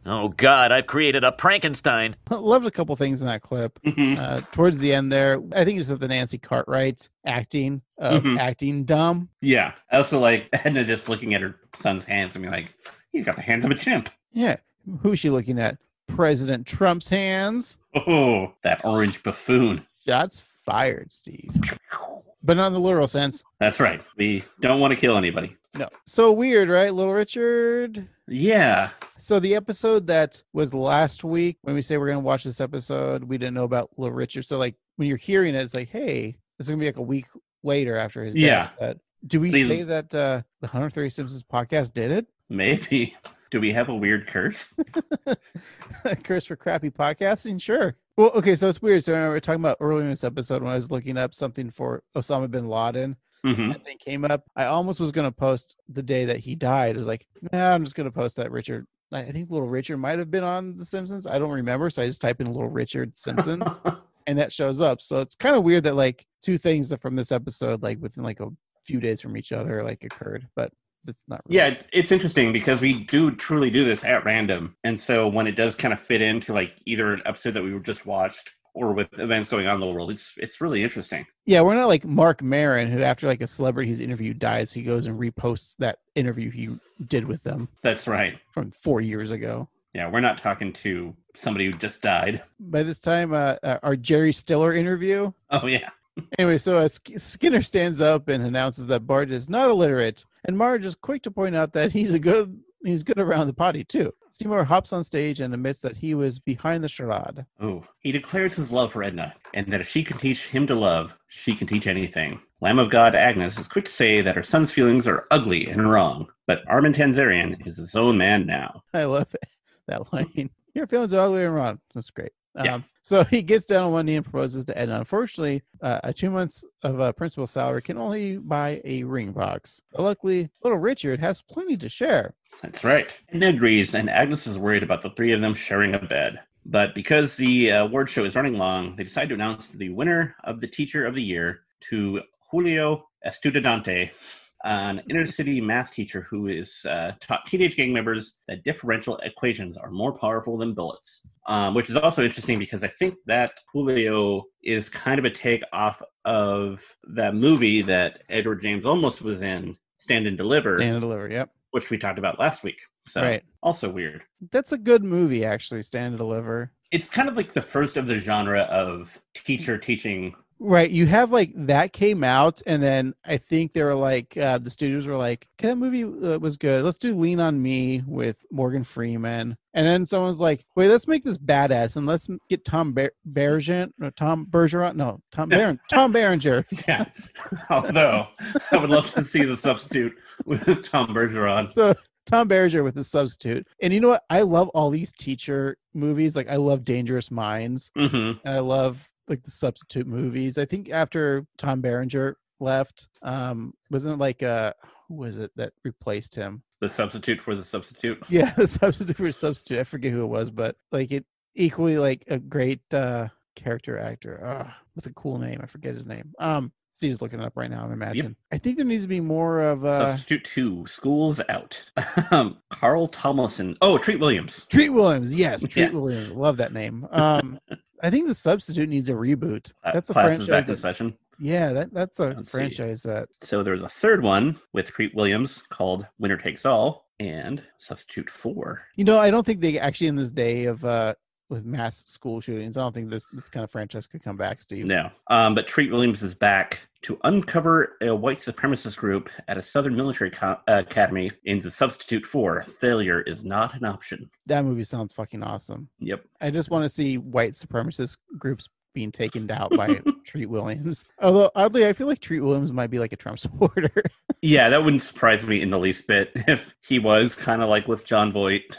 [SPEAKER 5] Oh, God, I've created a Frankenstein.
[SPEAKER 1] Loved a couple things in that clip. Uh, towards the end, there, I think you said the Nancy Cartwright acting of
[SPEAKER 2] Mhm.
[SPEAKER 1] acting dumb.
[SPEAKER 2] Yeah. I also like Edna just looking at her son's hands and being like, he's got the hands of a chimp.
[SPEAKER 1] Yeah, who's she looking at? President Trump's hands.
[SPEAKER 2] Oh, that orange buffoon.
[SPEAKER 1] Shots fired, Steve. But not in the literal sense.
[SPEAKER 2] That's right. We don't want to kill anybody.
[SPEAKER 1] No. So weird, right, Little Richard?
[SPEAKER 2] Yeah.
[SPEAKER 1] So the episode that was last week, when we say we're going to watch this episode, we didn't know about Little Richard. So like when you're hearing it, it's like, hey, it's going to be like a week later after his
[SPEAKER 2] Yeah.
[SPEAKER 1] death. But Do we
[SPEAKER 2] Please.
[SPEAKER 1] say that uh, the 103 Simpsons podcast did it?
[SPEAKER 2] Maybe. Do we have a weird curse?
[SPEAKER 1] curse for crappy podcasting? Sure. Well, okay, so it's weird. So I remember we were talking about earlier in this episode when I was looking up something for Osama bin Laden.
[SPEAKER 2] Mhm.
[SPEAKER 1] That thing came up. I almost was going to post the day that he died. I was like, nah, I'm just going to post that Richard. I I think Little Richard might have been on The Simpsons. I don't remember. So I just type in Little Richard Simpsons and that shows up. So it's kind of weird that like two things that from this episode, like within like a few days from each other, like occurred, but it's not
[SPEAKER 2] Yeah, it's it's interesting because we do truly do this at random, and so when it does kind of fit into like either an episode that we were just watched or with events going on in the world, it's it's really interesting.
[SPEAKER 1] Yeah, we're not like Mark Marin, who after like a celebrity he's interviewed dies, he goes and reposts that interview he did with them
[SPEAKER 2] That's right.
[SPEAKER 1] from four years ago.
[SPEAKER 2] Yeah, we're not talking to somebody who just died.
[SPEAKER 1] By this time, uh, uh, our Jerry Stiller interview.
[SPEAKER 2] Oh yeah,
[SPEAKER 1] Anyway, so uh, Sk- Skinner stands up and announces that Bart is not illiterate, and Marge is quick to point out that he's a good he's good around the potty too. Seymour hops on stage and admits that he was behind the charade.
[SPEAKER 2] Oh, he declares his love for Edna, and that if she can teach him to love, she can teach anything. Lamb of God Agnes is quick to say that her son's feelings are ugly and wrong, but Armin Tanzarian is his own man now.
[SPEAKER 1] I love it. that line. Your feelings are all the way around. That's great. Um, so he gets down on one knee and proposes to Edna. Unfortunately, uh, a two months of uh, principal salary can only buy a ring box. But luckily, little Richard has plenty to share.
[SPEAKER 2] That's right. Edna agrees, and Agnes is worried about the three of them sharing a bed. But because the uh, award show is running long, they decide to announce the winner of the Teacher of the Year to Julio Estudante, an inner city math teacher who is uh, taught teenage gang members that differential equations are more powerful than bullets. Um, which is also interesting because I think that Julio is kind of a take off of that movie that Edward James almost was in, Stand and Deliver.
[SPEAKER 1] Stand and Deliver, yep.
[SPEAKER 2] Which we talked about last week. So
[SPEAKER 1] Right.
[SPEAKER 2] also weird.
[SPEAKER 1] That's a good movie, actually. Stand and deliver.
[SPEAKER 2] It's kind of like the first of the genre of teacher teaching.
[SPEAKER 1] Right. You have like that came out, and then I think they were like, uh, the studios were like, okay, that movie uh, was good. Let's do Lean on Me with Morgan Freeman. And then someone's like, wait, let's make this badass and let's m- get Tom Ber- Bergeron, no, Tom Bergeron, no, Tom Baron, Tom Berenger.
[SPEAKER 2] Yeah. Although I would love to see the substitute with Tom Bergeron.
[SPEAKER 1] So Tom Berenger with the substitute. And you know what? I love all these teacher movies. Like I love Dangerous Minds.
[SPEAKER 2] Mhm.
[SPEAKER 1] And I love like the substitute movies. I think after Tom Berenger left, um, wasn't it like uh who was it that replaced him?
[SPEAKER 2] The substitute for the substitute.
[SPEAKER 1] Yeah, the substitute for substitute. I forget who it was, but like it equally like a great uh character actor. Uh with a cool name. I forget his name. Um Steve's looking it up right now, I'm imagining. I think there needs to be more of uh
[SPEAKER 2] Substitute two, schools out. Um, Carl Tomlinson. Oh, Treat Williams.
[SPEAKER 1] Treat Williams, yes, Treat
[SPEAKER 2] Yeah.
[SPEAKER 1] Williams. Love that name. Um, I think the substitute needs a reboot.
[SPEAKER 2] Uh,
[SPEAKER 1] That's a
[SPEAKER 2] class is
[SPEAKER 1] franchise.
[SPEAKER 2] back in
[SPEAKER 1] that-
[SPEAKER 2] session.
[SPEAKER 1] yeah, that, that's a
[SPEAKER 2] see.
[SPEAKER 1] franchise that.
[SPEAKER 2] So there was a third one with Treat Williams called Winner Takes All and Substitute Four.
[SPEAKER 1] You know, I don't think they actually in this day of uh with mass school shootings, I don't think this this kind of franchise could come back, Steve.
[SPEAKER 2] No. Um, but Treat Williams is back to uncover a white supremacist group at a Southern military co- uh, academy in the substitute for failure is not an option.
[SPEAKER 1] That movie sounds fucking awesome.
[SPEAKER 2] Yep.
[SPEAKER 1] I just want to see white supremacist groups being taken out by Treat Williams. Although oddly, I feel like Treat Williams might be like a Trump supporter.
[SPEAKER 2] Yeah, that wouldn't surprise me in the least bit if he was kind of like with John Voight,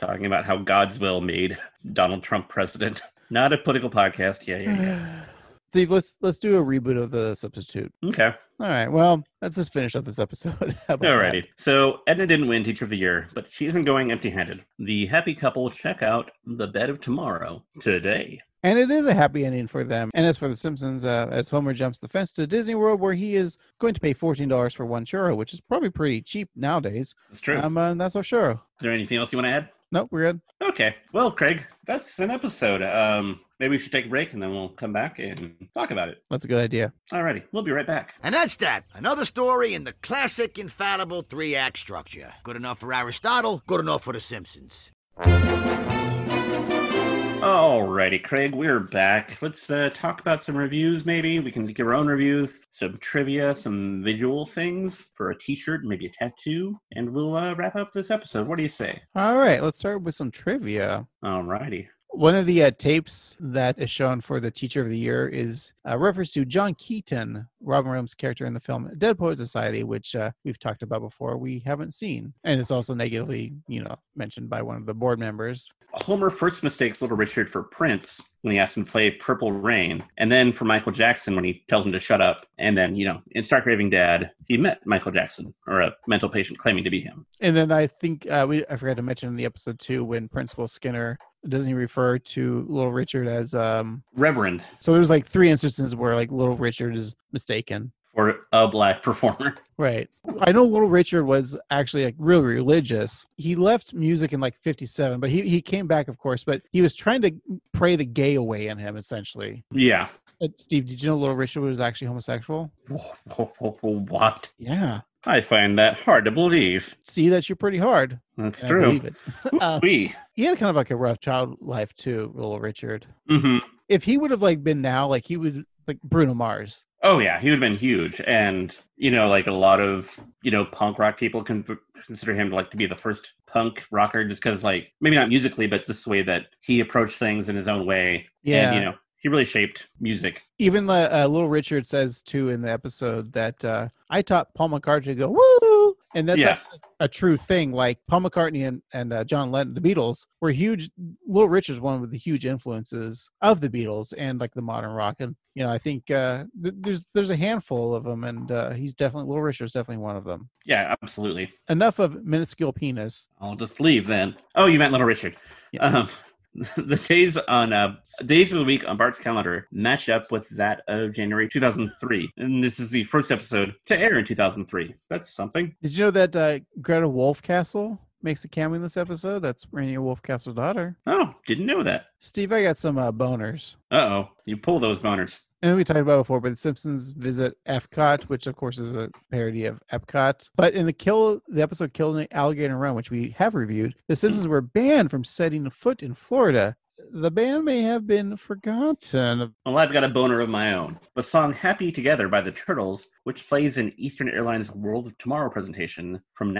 [SPEAKER 2] talking about how God's will made Donald Trump president. Not a political podcast. Yeah, yeah, yeah.
[SPEAKER 1] Steve, let's let's do a reboot of the substitute.
[SPEAKER 2] Okay.
[SPEAKER 1] All right. Well, let's just finish up this episode. How about that?
[SPEAKER 2] Alrighty. So Edna didn't win Teacher of the Year, but she isn't going empty handed. The happy couple check out the bed of tomorrow today.
[SPEAKER 1] And it is a happy ending for them. And as for The Simpsons, uh, as Homer jumps the fence to Disney World, where he is going to pay $14 for one churro, which is probably pretty cheap nowadays.
[SPEAKER 2] That's true.
[SPEAKER 1] Um, uh, and that's our churro.
[SPEAKER 2] Is there anything else you want to add?
[SPEAKER 1] Nope, we're good.
[SPEAKER 2] Okay. Well, Craig, that's an episode. Um, maybe we should take a break and then we'll come back and talk about it.
[SPEAKER 1] That's a good idea.
[SPEAKER 2] Alrighty. We'll be right back.
[SPEAKER 16] And that's that. Another story in the classic, infallible three act structure. Good enough for Aristotle, good enough for The Simpsons.
[SPEAKER 2] Alrighty, Craig, we're back. Let's uh, talk about some reviews, maybe. We can give our own reviews, some trivia, some visual things for a t shirt, maybe a tattoo, and we'll uh, wrap up this episode. What do you say?
[SPEAKER 1] All right, let's start with some trivia.
[SPEAKER 2] Alrighty.
[SPEAKER 1] One of the uh, tapes that is shown for the Teacher of the Year is a reference to John Keaton, Robin Williams' character in the film Dead Poet Society, which uh, we've talked about before. We haven't seen, and it's also negatively, you know, mentioned by one of the board members.
[SPEAKER 2] Homer first mistakes Little Richard for Prince when he asks him to play Purple Rain, and then for Michael Jackson when he tells him to shut up. And then, you know, in Stark Raving Dad, he met Michael Jackson, or a mental patient claiming to be him.
[SPEAKER 1] And then I think uh, we I forgot to mention in the episode too when Principal Skinner doesn't he refer to Little Richard as um
[SPEAKER 2] Reverend
[SPEAKER 1] So there's like three instances where like Little Richard is mistaken.
[SPEAKER 2] for a black performer.
[SPEAKER 1] Right. I know Little Richard was actually like really religious. He left music in like 57, but he, he came back, of course, but he was trying to pray the gay away in him, essentially.
[SPEAKER 2] Yeah.
[SPEAKER 1] Uh, Steve, did you know Little Richard was actually homosexual?
[SPEAKER 2] What?
[SPEAKER 1] Yeah.
[SPEAKER 2] I find that hard to believe.
[SPEAKER 1] See that you're pretty hard.
[SPEAKER 2] That's
[SPEAKER 1] I
[SPEAKER 2] true.
[SPEAKER 1] believe it. Uh,
[SPEAKER 2] We.
[SPEAKER 1] he had kind of like a rough child life too, Little Richard.
[SPEAKER 2] hmm
[SPEAKER 1] If he would have like been now, like he would like Bruno Mars.
[SPEAKER 2] Oh yeah, he would have been huge, and you know, like a lot of you know punk rock people can consider him like to be the first punk rocker, just because like maybe not musically, but just the way that he approached things in his own way.
[SPEAKER 1] Yeah.
[SPEAKER 2] and, you know, he really shaped music.
[SPEAKER 1] Even uh, uh, Little Richard says too in the episode that uh, I taught Paul McCartney to go woo, and that's
[SPEAKER 2] Yeah.
[SPEAKER 1] actually a true thing. Like Paul McCartney and and uh, John Lennon, the Beatles were huge. Little Richard's one of the huge influences of the Beatles and like the modern rock. And you know, I think uh, th- there's there's a handful of them, and uh, he's definitely Little Richard's definitely one of them.
[SPEAKER 2] Yeah, absolutely.
[SPEAKER 1] Enough of minuscule penis.
[SPEAKER 2] I'll just leave then. Oh, you meant Little Richard. Um, the days on uh, days of the week on Bart's calendar match up with that of January 2003, and this is the first episode to air in 2003. That's something.
[SPEAKER 1] Did you know that uh, Greta Wolfcastle makes a cameo in this episode? That's Rainier Wolfcastle's daughter.
[SPEAKER 2] Oh, didn't know that.
[SPEAKER 1] Steve, I got some uh, boners.
[SPEAKER 2] Uh oh, you pull those boners.
[SPEAKER 1] And then we talked about before, but the Simpsons visit Epcot, which of course is a parody of Epcot. But in the kill, the episode "Kill an Alligator Run," which we have reviewed, the Simpsons were banned from setting foot in Florida. The ban may have been forgotten.
[SPEAKER 2] Well, I've got a boner of my own. The song Happy Together by the Turtles, which plays in Eastern Airlines World of Tomorrow presentation from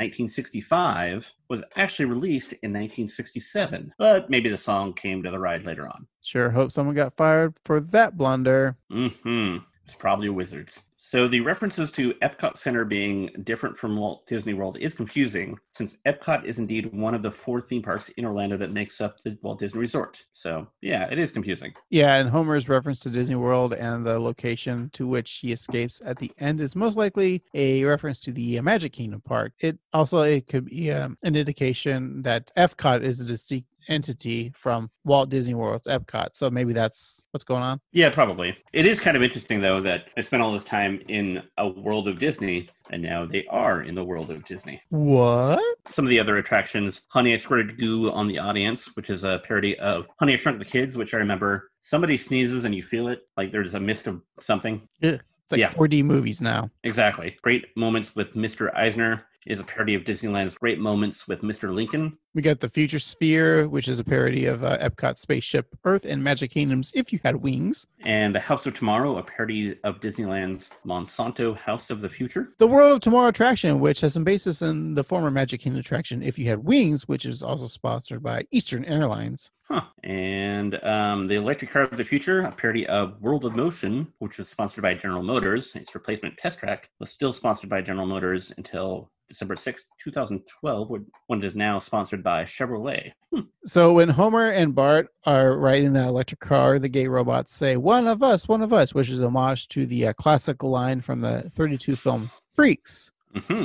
[SPEAKER 2] 1965, was actually released in 1967, but maybe the song came to the ride later on.
[SPEAKER 1] Sure, hope someone got fired for that blunder.
[SPEAKER 2] hmm It's probably wizards. So the references to Epcot Center being different from Walt Disney World is confusing, since Epcot is indeed one of the four theme parks in Orlando that makes up the Walt Disney Resort. So yeah, it is confusing.
[SPEAKER 1] Yeah, and Homer's reference to Disney World and the location to which he escapes at the end is most likely a reference to the uh, Magic Kingdom park. It also it could be um, an indication that Epcot is a distinct entity from Walt Disney World's Epcot. So maybe that's what's going on.
[SPEAKER 2] Yeah, probably. It is kind of interesting though that I spent all this time in a world of Disney, and now they are in the world of Disney.
[SPEAKER 1] What?
[SPEAKER 2] Some of the other attractions, Honey, I Squirted Goo on the Audience, which is a parody of Honey, I Shrunk the Kids, which I remember somebody sneezes and you feel it, like there's a mist of something.
[SPEAKER 1] Ugh. It's like
[SPEAKER 2] Yeah.
[SPEAKER 1] 4D movies now.
[SPEAKER 2] Exactly. Great Moments with Mr. Eisner is a parody of Disneyland's Great Moments with Mr. Lincoln.
[SPEAKER 1] We got the Future Sphere, which is a parody of uh, Epcot Spaceship Earth and Magic Kingdom's If You Had Wings.
[SPEAKER 2] And The House of Tomorrow, a parody of Disneyland's Monsanto House of the Future.
[SPEAKER 1] The World of Tomorrow attraction, which has some basis in the former Magic Kingdom attraction, If You Had Wings, which is also sponsored by Eastern Airlines.
[SPEAKER 2] Huh. And um, the electric car of the future, a parody of World of Motion, which was sponsored by General Motors. Its replacement test track was still sponsored by General Motors until December sixth, two 2012, when- when it is now sponsored by Chevrolet.
[SPEAKER 1] So when Homer and Bart are riding that electric car, the gay robots say, One of us, one of us, which is a homage to the uh, classic line from the 32 film Freaks,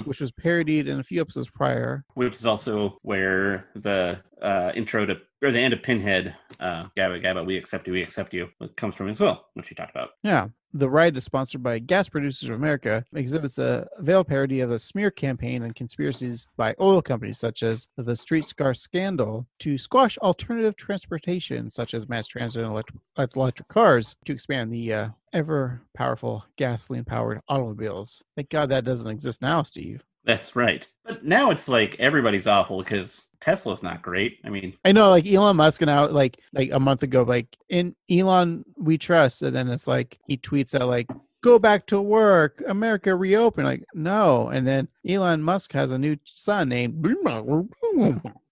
[SPEAKER 1] which was parodied in a few episodes prior.
[SPEAKER 2] Mm-hmm. which is also where the uh, intro to or the end of Pinhead, uh, "Gabba Gabba, we accept you, we accept you," comes from as well, which you talked about.
[SPEAKER 1] Yeah. The ride is sponsored by Gas Producers of America, exhibits a veiled parody of the smear campaign and conspiracies by oil companies such as the streetcar scandal to squash alternative transportation such as mass transit and electric, electric cars to expand the uh, ever powerful gasoline powered automobiles. Thank God that doesn't exist now, Steve.
[SPEAKER 2] That's right. But now it's like everybody's awful because Tesla's not great. I mean,
[SPEAKER 1] I know, like Elon Musk and out like like a month ago, like in Elon we trust, and then it's like he tweets out like go back to work, America reopen, like no, and then Elon Musk has a new son named.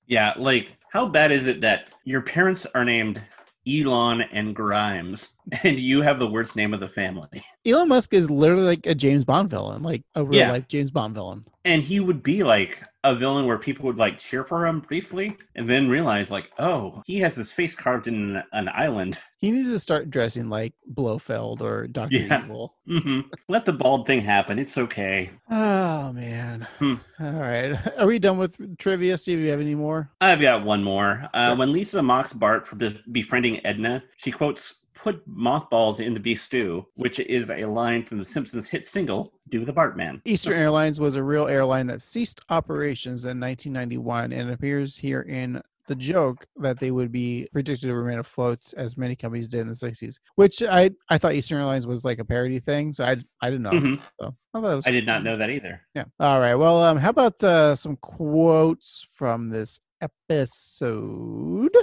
[SPEAKER 2] yeah, like How bad is it that your parents are named Elon and Grimes, and you have the worst name of the family?
[SPEAKER 1] Elon Musk is literally like a James Bond villain, like a real
[SPEAKER 2] Yeah.
[SPEAKER 1] life James Bond villain.
[SPEAKER 2] And he would be like a villain where people would like cheer for him briefly and then realize, like, oh, he has his face carved in an island.
[SPEAKER 1] He needs to start dressing like Blofeld or Doctor
[SPEAKER 2] Yeah.
[SPEAKER 1] Evil.
[SPEAKER 2] hmm Let the bald thing happen. It's okay.
[SPEAKER 1] Oh man!
[SPEAKER 2] Hmm.
[SPEAKER 1] All right, are we done with trivia? Steve, you have any more?
[SPEAKER 2] I've got one more. Uh, when Lisa mocks Bart for be- befriending Edna, she quotes, Put mothballs in the beef stew, which is a line from the Simpsons hit single, Do the Bartman.
[SPEAKER 1] Eastern Airlines was a real airline that ceased operations in 1991 and appears here in the joke that they would be predicted to remain afloat as many companies did in the 60s, which I, I thought Eastern Airlines was like a parody thing. So I, I didn't know.
[SPEAKER 2] Mhm.
[SPEAKER 1] So I thought it was
[SPEAKER 2] I did not know that either.
[SPEAKER 1] Yeah. All right. Well, um, how about uh, some quotes from this episode?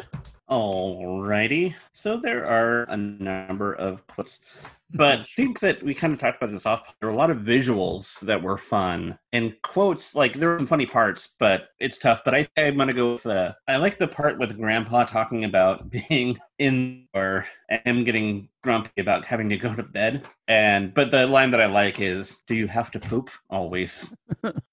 [SPEAKER 2] Alrighty. So there are a number of quotes, but I think that we kind of talked about this off. There were a lot of visuals that were fun and quotes. Like there were some funny parts, but it's tough. But I I'm gonna go with the. I like the part with Grandpa talking about being in or him getting grumpy about having to go to bed. And but the line that I like is, "Do you have to poop always?"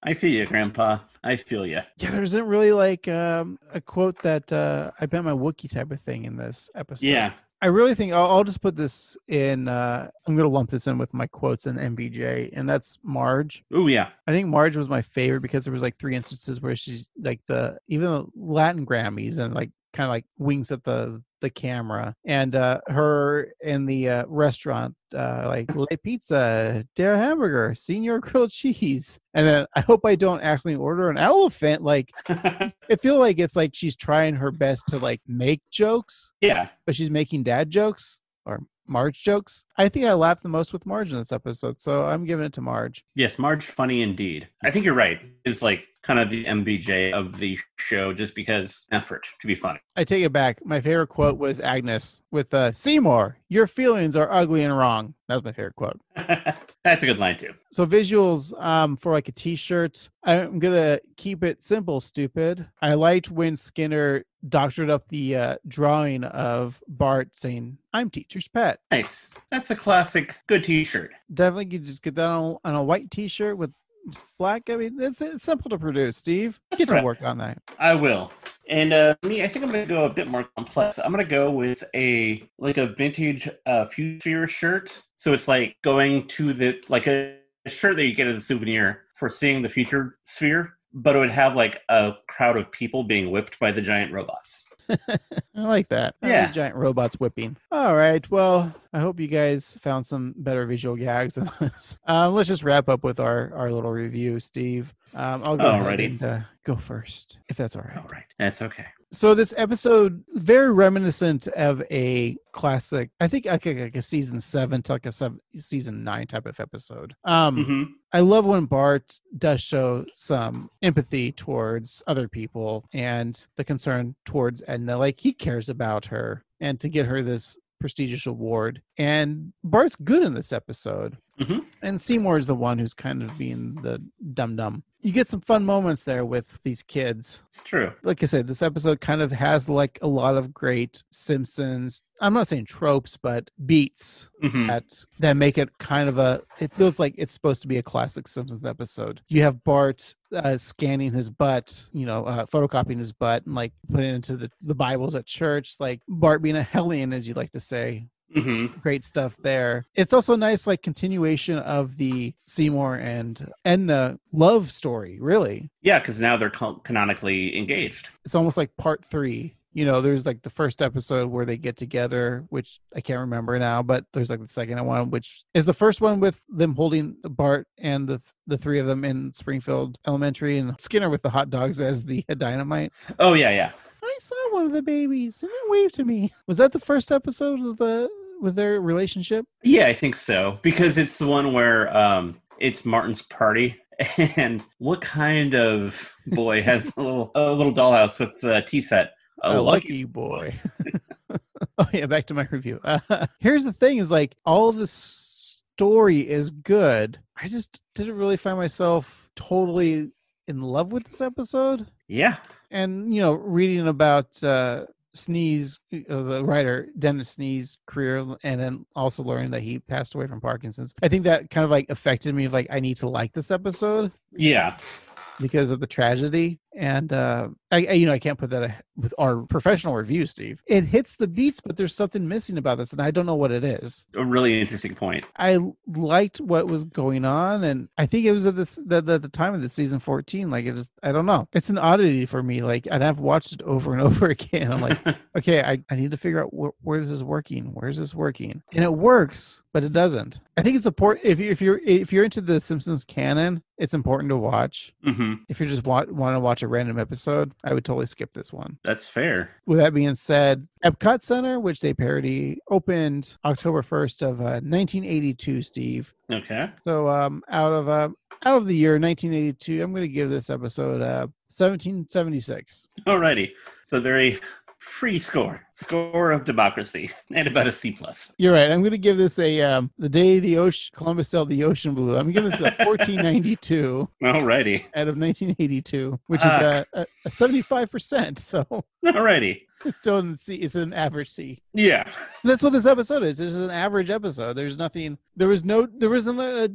[SPEAKER 2] I feel you, Grandpa. I feel you.
[SPEAKER 1] Yeah, there isn't really like um, a quote that uh, I bet my Wookiee type of thing in this episode.
[SPEAKER 2] Yeah.
[SPEAKER 1] I really think I'll, I'll just put this in. Uh, I'm going to lump this in with my quotes in MBJ, and that's Marge.
[SPEAKER 2] Oh yeah.
[SPEAKER 1] I think Marge was my favorite because there was like three instances where she's like the even the Latin Grammys and like kind of like winks at the the camera and uh her in the uh, restaurant uh like Le Pizza, Der Hamburger, Senior Grilled Cheese, and then I hope I don't actually order an elephant. Like I feel like it's like she's trying her best to like make jokes.
[SPEAKER 2] Yeah.
[SPEAKER 1] But she's making dad jokes or Marge jokes. I think I laughed the most with Marge in this episode, so I'm giving it to Marge.
[SPEAKER 2] Yes, Marge, funny indeed. I think you're right. It's like kind of the MBJ of the show just because effort to be funny.
[SPEAKER 1] I take it back. My favorite quote was Agnes with uh, Seymour, your feelings are ugly and wrong. That was my favorite quote.
[SPEAKER 2] That's a good line, too.
[SPEAKER 1] So visuals um, for like a t-shirt. I'm gonna keep it simple, stupid. I liked when Skinner doctored up the uh, drawing of Bart saying, "I'm teacher's pet."
[SPEAKER 2] Nice. That's a classic good t shirt.
[SPEAKER 1] Definitely, you just get that on, on a white t-shirt with just black. I mean, it's, it's simple to produce. Steve, get to
[SPEAKER 2] right.
[SPEAKER 1] work on that.
[SPEAKER 2] I will. And uh, me, I think I'm going to go a bit more complex. I'm going to go with a like a vintage uh, future shirt. So it's like going to the like a shirt that you get as a souvenir for seeing the future sphere, but it would have like a crowd of people being whipped by the giant robots.
[SPEAKER 1] I like that. I like
[SPEAKER 2] Yeah.
[SPEAKER 1] giant robots whipping. All right. Well, I hope you guys found some better visual gags than us. Um, let's just wrap up with our, our little review, Steve. Um, I'll go ahead
[SPEAKER 2] Alrighty.
[SPEAKER 1] and, uh, go first, if that's all right. All
[SPEAKER 2] right. That's okay.
[SPEAKER 1] So this episode very reminiscent of a classic. I think like a, like a season seven to like a seven, season nine type of episode. Um,
[SPEAKER 2] Mm-hmm.
[SPEAKER 1] I love when Bart does show some empathy towards other people and the concern towards Edna. Like he cares about her and to get her this prestigious award. And Bart's good in this episode. And Seymour is the one who's kind of being the dum dum. You get some fun moments there with these kids. It's
[SPEAKER 2] true.
[SPEAKER 1] Like I said, this episode kind of has like a lot of great Simpsons. I'm not saying tropes, but beats
[SPEAKER 2] Hmm. Mm-hmm.
[SPEAKER 1] that that make it kind of a. It feels like it's supposed to be a classic Simpsons episode. You have Bart uh, scanning his butt, you know, uh, photocopying his butt, and like putting it into the the Bibles at church. Like Bart being a hellion, as you like to say,
[SPEAKER 2] Mm-hmm.
[SPEAKER 1] great stuff there. It's also nice, like continuation of the Seymour and Edna love story. Really,
[SPEAKER 2] Yeah, because now they're con- canonically engaged.
[SPEAKER 1] it's almost like part three. You know, there's like the first episode where they get together, which I can't remember now, but there's like the second one, which is the first one with them holding Bart and the the three of them in Springfield Elementary, and Skinner with the hot dogs as the dynamite.
[SPEAKER 2] Oh yeah, yeah.
[SPEAKER 1] I saw one of the babies and it waved to me. Was that the first episode of the with their relationship?
[SPEAKER 2] Yeah, I think so. Because it's the one where um it's Martin's party. And what kind of boy has a little a little dollhouse with a tea set?
[SPEAKER 1] A lucky boy. oh yeah back to my review uh, here's the thing is like all of the story is good i just didn't really find myself totally in love with this episode
[SPEAKER 2] Yeah.
[SPEAKER 1] And, you know, reading about uh, Sneeze, uh, the writer, Dennis Sneeze career, and then also learning that he passed away from Parkinson's, I think that kind of like affected me of like, I need to like this episode
[SPEAKER 2] Yeah.
[SPEAKER 1] because of the tragedy. And, uh, I, I, you know, I can't put that uh, with our professional review, Steve. It hits the beats, but there's something missing about this, and I don't know what it is.
[SPEAKER 2] A really interesting point.
[SPEAKER 1] I liked what was going on, and I think it was at this the, the, the time of the season fourteen. Like it just, I don't know. It's an oddity for me. Like, and I've watched it over and over again. I'm like, okay, I, I need to figure out wh- where this is working. Where is this working? And it works, but it doesn't. I think it's important if you if you're if you're into the Simpsons canon, it's important to watch.
[SPEAKER 2] Mm-hmm.
[SPEAKER 1] If you just want want to watch a random episode, I would totally skip this one.
[SPEAKER 2] That's fair.
[SPEAKER 1] With that being said, Epcot Center, which they parody, opened October 1st of uh, 1982, Steve.
[SPEAKER 2] Okay.
[SPEAKER 1] So um, out of uh, out of the year 1982, I'm going to give this episode uh, 1776.
[SPEAKER 2] Alrighty. It's a very free score. Score of democracy. And about a C plus.
[SPEAKER 1] You're right. I'm going to give this a um, the day the ocean Columbus sailed the ocean blue. I'm giving this a 1492
[SPEAKER 2] Alrighty.
[SPEAKER 1] out of 1982, which is
[SPEAKER 2] Ah.
[SPEAKER 1] a, a, a 75%. So
[SPEAKER 2] Alrighty.
[SPEAKER 1] it's still in C. It's an average C.
[SPEAKER 2] Yeah.
[SPEAKER 1] That's what this episode is. This is an average episode. There's nothing. There was no. There wasn't a,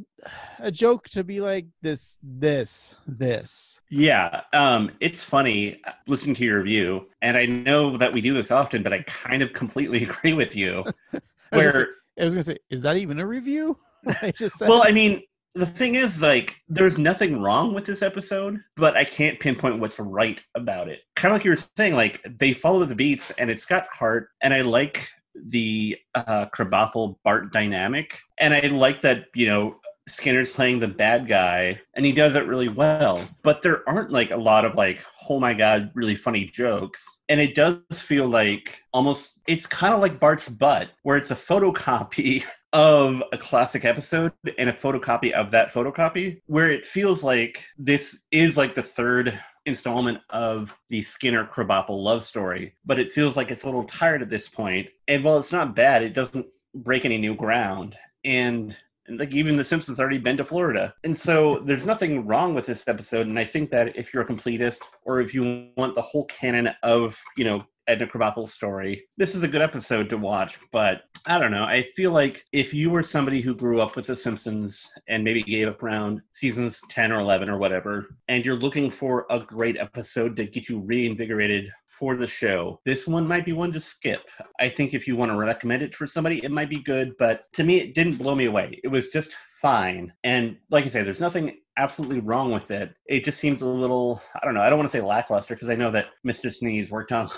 [SPEAKER 1] a joke to be like this, this, this.
[SPEAKER 2] Yeah, um, it's funny uh, listening to your review, and I know that we do this often, but I kind of completely agree with you.
[SPEAKER 1] I was gonna
[SPEAKER 2] Where,
[SPEAKER 1] I was gonna say, is that even a review? I just said,
[SPEAKER 2] well, I mean, the thing is, like, there's nothing wrong with this episode, but I can't pinpoint what's right about it. Kind of like you were saying, like they follow the beats, and it's got heart, and I like the uh, Krabappel Bart dynamic, and I like that you know Skinner's playing the bad guy, and he does it really well. But there aren't like a lot of like, oh my god, really funny jokes. And it does feel like almost it's kind of like Bart's butt, where it's a photocopy of a classic episode and a photocopy of that photocopy, where it feels like this is like the third installment of the Skinner Krabappel love story, but it feels like it's a little tired at this point. And while it's not bad, it doesn't break any new ground. And and, like even the simpsons already been to florida and so there's nothing wrong with this episode and i think that if you're a completist or if you want the whole canon of you know edna krabappel's story this is a good episode to watch but i don't know i feel like if you were somebody who grew up with the simpsons and maybe gave up around seasons 10 or 11 or whatever and you're looking for a great episode to get you reinvigorated for the show. This one might be one to skip. I think if you want to recommend it for somebody, it might be good, but to me, it didn't blow me away. It was just fine. And like I say, there's nothing absolutely wrong with it. It just seems a little, I don't know, I don't want to say lackluster because I know that Mr. Sneeze worked on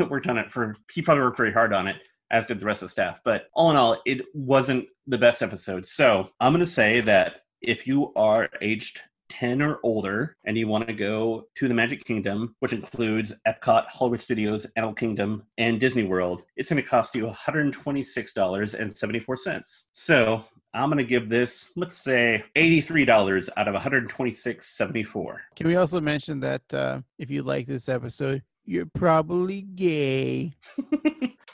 [SPEAKER 2] worked on it for he probably worked very hard on it. As did the rest of the staff. But all in all, it wasn't the best episode. So I'm going to say that if you are aged 10 or older and you want to go to the Magic Kingdom, which includes Epcot, Hollywood Studios, Animal Kingdom, and Disney World, it's going to cost you $126.74. So I'm going to give this, let's say, $83 out of $126.74.
[SPEAKER 1] Can we also mention that uh, if you like this episode, you're probably gay.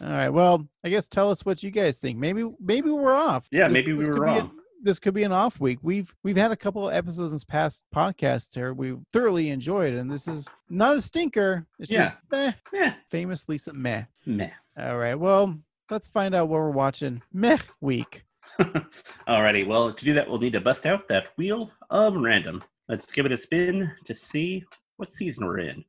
[SPEAKER 1] All right. Well, I guess tell us what you guys think. Maybe maybe we're off.
[SPEAKER 2] Yeah, maybe we were
[SPEAKER 1] could be a-
[SPEAKER 2] wrong.
[SPEAKER 1] this could be an off week. We've we've had a couple of episodes in this past podcast here we thoroughly enjoyed, and this is not a stinker. It's
[SPEAKER 2] Yeah.
[SPEAKER 1] just eh, meh. Famous Lisa meh.
[SPEAKER 2] Meh.
[SPEAKER 1] All right. Well, let's find out what we're watching. Meh week.
[SPEAKER 2] Alrighty, well, to do that, we'll need to bust out that wheel of random. Let's give it a spin to see what season we're in.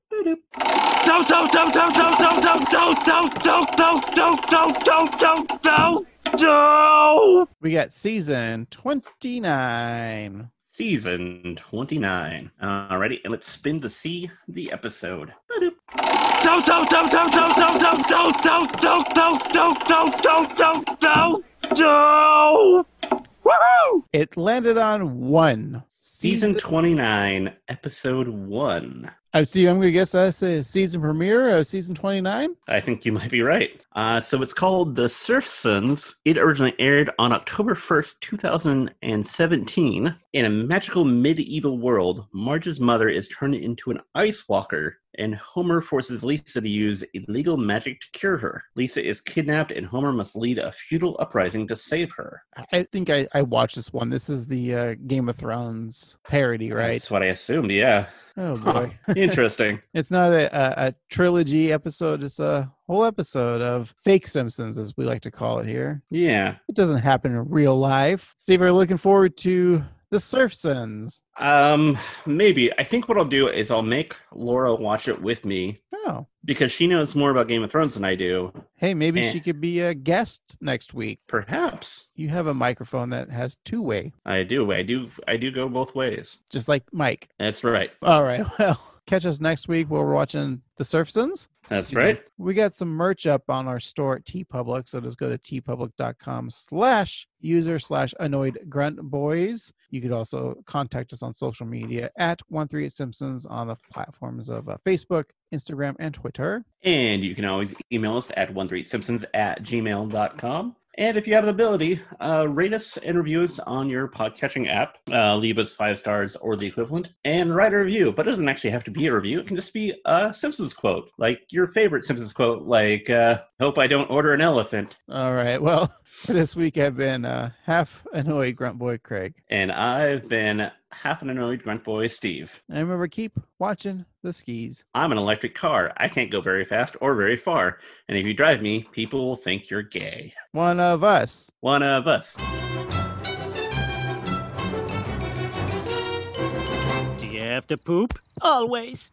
[SPEAKER 15] Don't, don't, don't, don't, don't, don't, don't, don't, don't, don't, don't, don't, don't, don't, don't, don't, don't.
[SPEAKER 1] We got season twenty nine.
[SPEAKER 2] Season 29. Alrighty, and let's spin to see the episode.
[SPEAKER 15] Don't, don't, don't, don't, don't, don't, don't, don't, don't, don't, don't, don't, don't, don't, don't, don't, don't. Woohoo!
[SPEAKER 1] It landed on one.
[SPEAKER 2] Season 29, episode 1.
[SPEAKER 1] I oh, see. I'm gonna guess that's a season premiere of season 29.
[SPEAKER 2] I think you might be right. Uh, so it's called The Surf Sons. It originally aired on October 1st, 2017. In a magical medieval world, Marge's mother is turned into an ice walker, and Homer forces Lisa to use illegal magic to cure her. Lisa is kidnapped, and Homer must lead a feudal uprising to save her.
[SPEAKER 1] I- I think I, I watched this one. This is the uh, Game of Thrones parody, right?
[SPEAKER 2] That's what I assumed, yeah.
[SPEAKER 1] Oh boy,
[SPEAKER 2] Interesting.
[SPEAKER 1] It's not a, a, a trilogy episode. It's a whole episode of fake Simpsons, as we like to call it here.
[SPEAKER 2] Yeah.
[SPEAKER 1] It doesn't happen in real life. Steve, are you looking forward to the Surfsons?
[SPEAKER 2] Um, maybe. I think what I'll do is I'll make Laura watch it with me.
[SPEAKER 1] Oh.
[SPEAKER 2] Because she knows more about Game of Thrones than I do.
[SPEAKER 1] Hey, maybe
[SPEAKER 2] Eh.
[SPEAKER 1] she could be a guest next week.
[SPEAKER 2] Perhaps.
[SPEAKER 1] You have a microphone that has two way,
[SPEAKER 2] I do. I do. I do go both ways.
[SPEAKER 1] just like Mike.
[SPEAKER 2] That's right.
[SPEAKER 1] All right. Well, catch us next week where we're watching The Surfsons.
[SPEAKER 2] That's
[SPEAKER 1] Excuse
[SPEAKER 2] right.
[SPEAKER 1] me. We got some merch up on our store at TeePublic, so just go to tpublic.com slash user slash annoyed grunt boys. You could also contact us on social media at 138simpsons on the platforms of uh, Facebook, Instagram, and Twitter.
[SPEAKER 2] And you can always email us at 138simpsons at gmail.com. And if you have the ability, uh, rate us and review us on your podcatching app. Uh, leave us five stars or the equivalent and write a review. But it doesn't actually have to be a review, it can just be a Simpsons quote, like your favorite Simpsons quote, like, uh, Hope I don't order an elephant.
[SPEAKER 1] All right. Well, for this week I've been uh, half annoyed grunt boy Craig.
[SPEAKER 2] And I've been half an annoyed grunt boy, Steve.
[SPEAKER 1] And remember, keep watching the skis.
[SPEAKER 2] I'm an electric car. I can't go very fast or very far. And if you drive me, people will think you're gay.
[SPEAKER 1] One of us.
[SPEAKER 2] One of us.
[SPEAKER 17] Do you have to poop?
[SPEAKER 4] Always.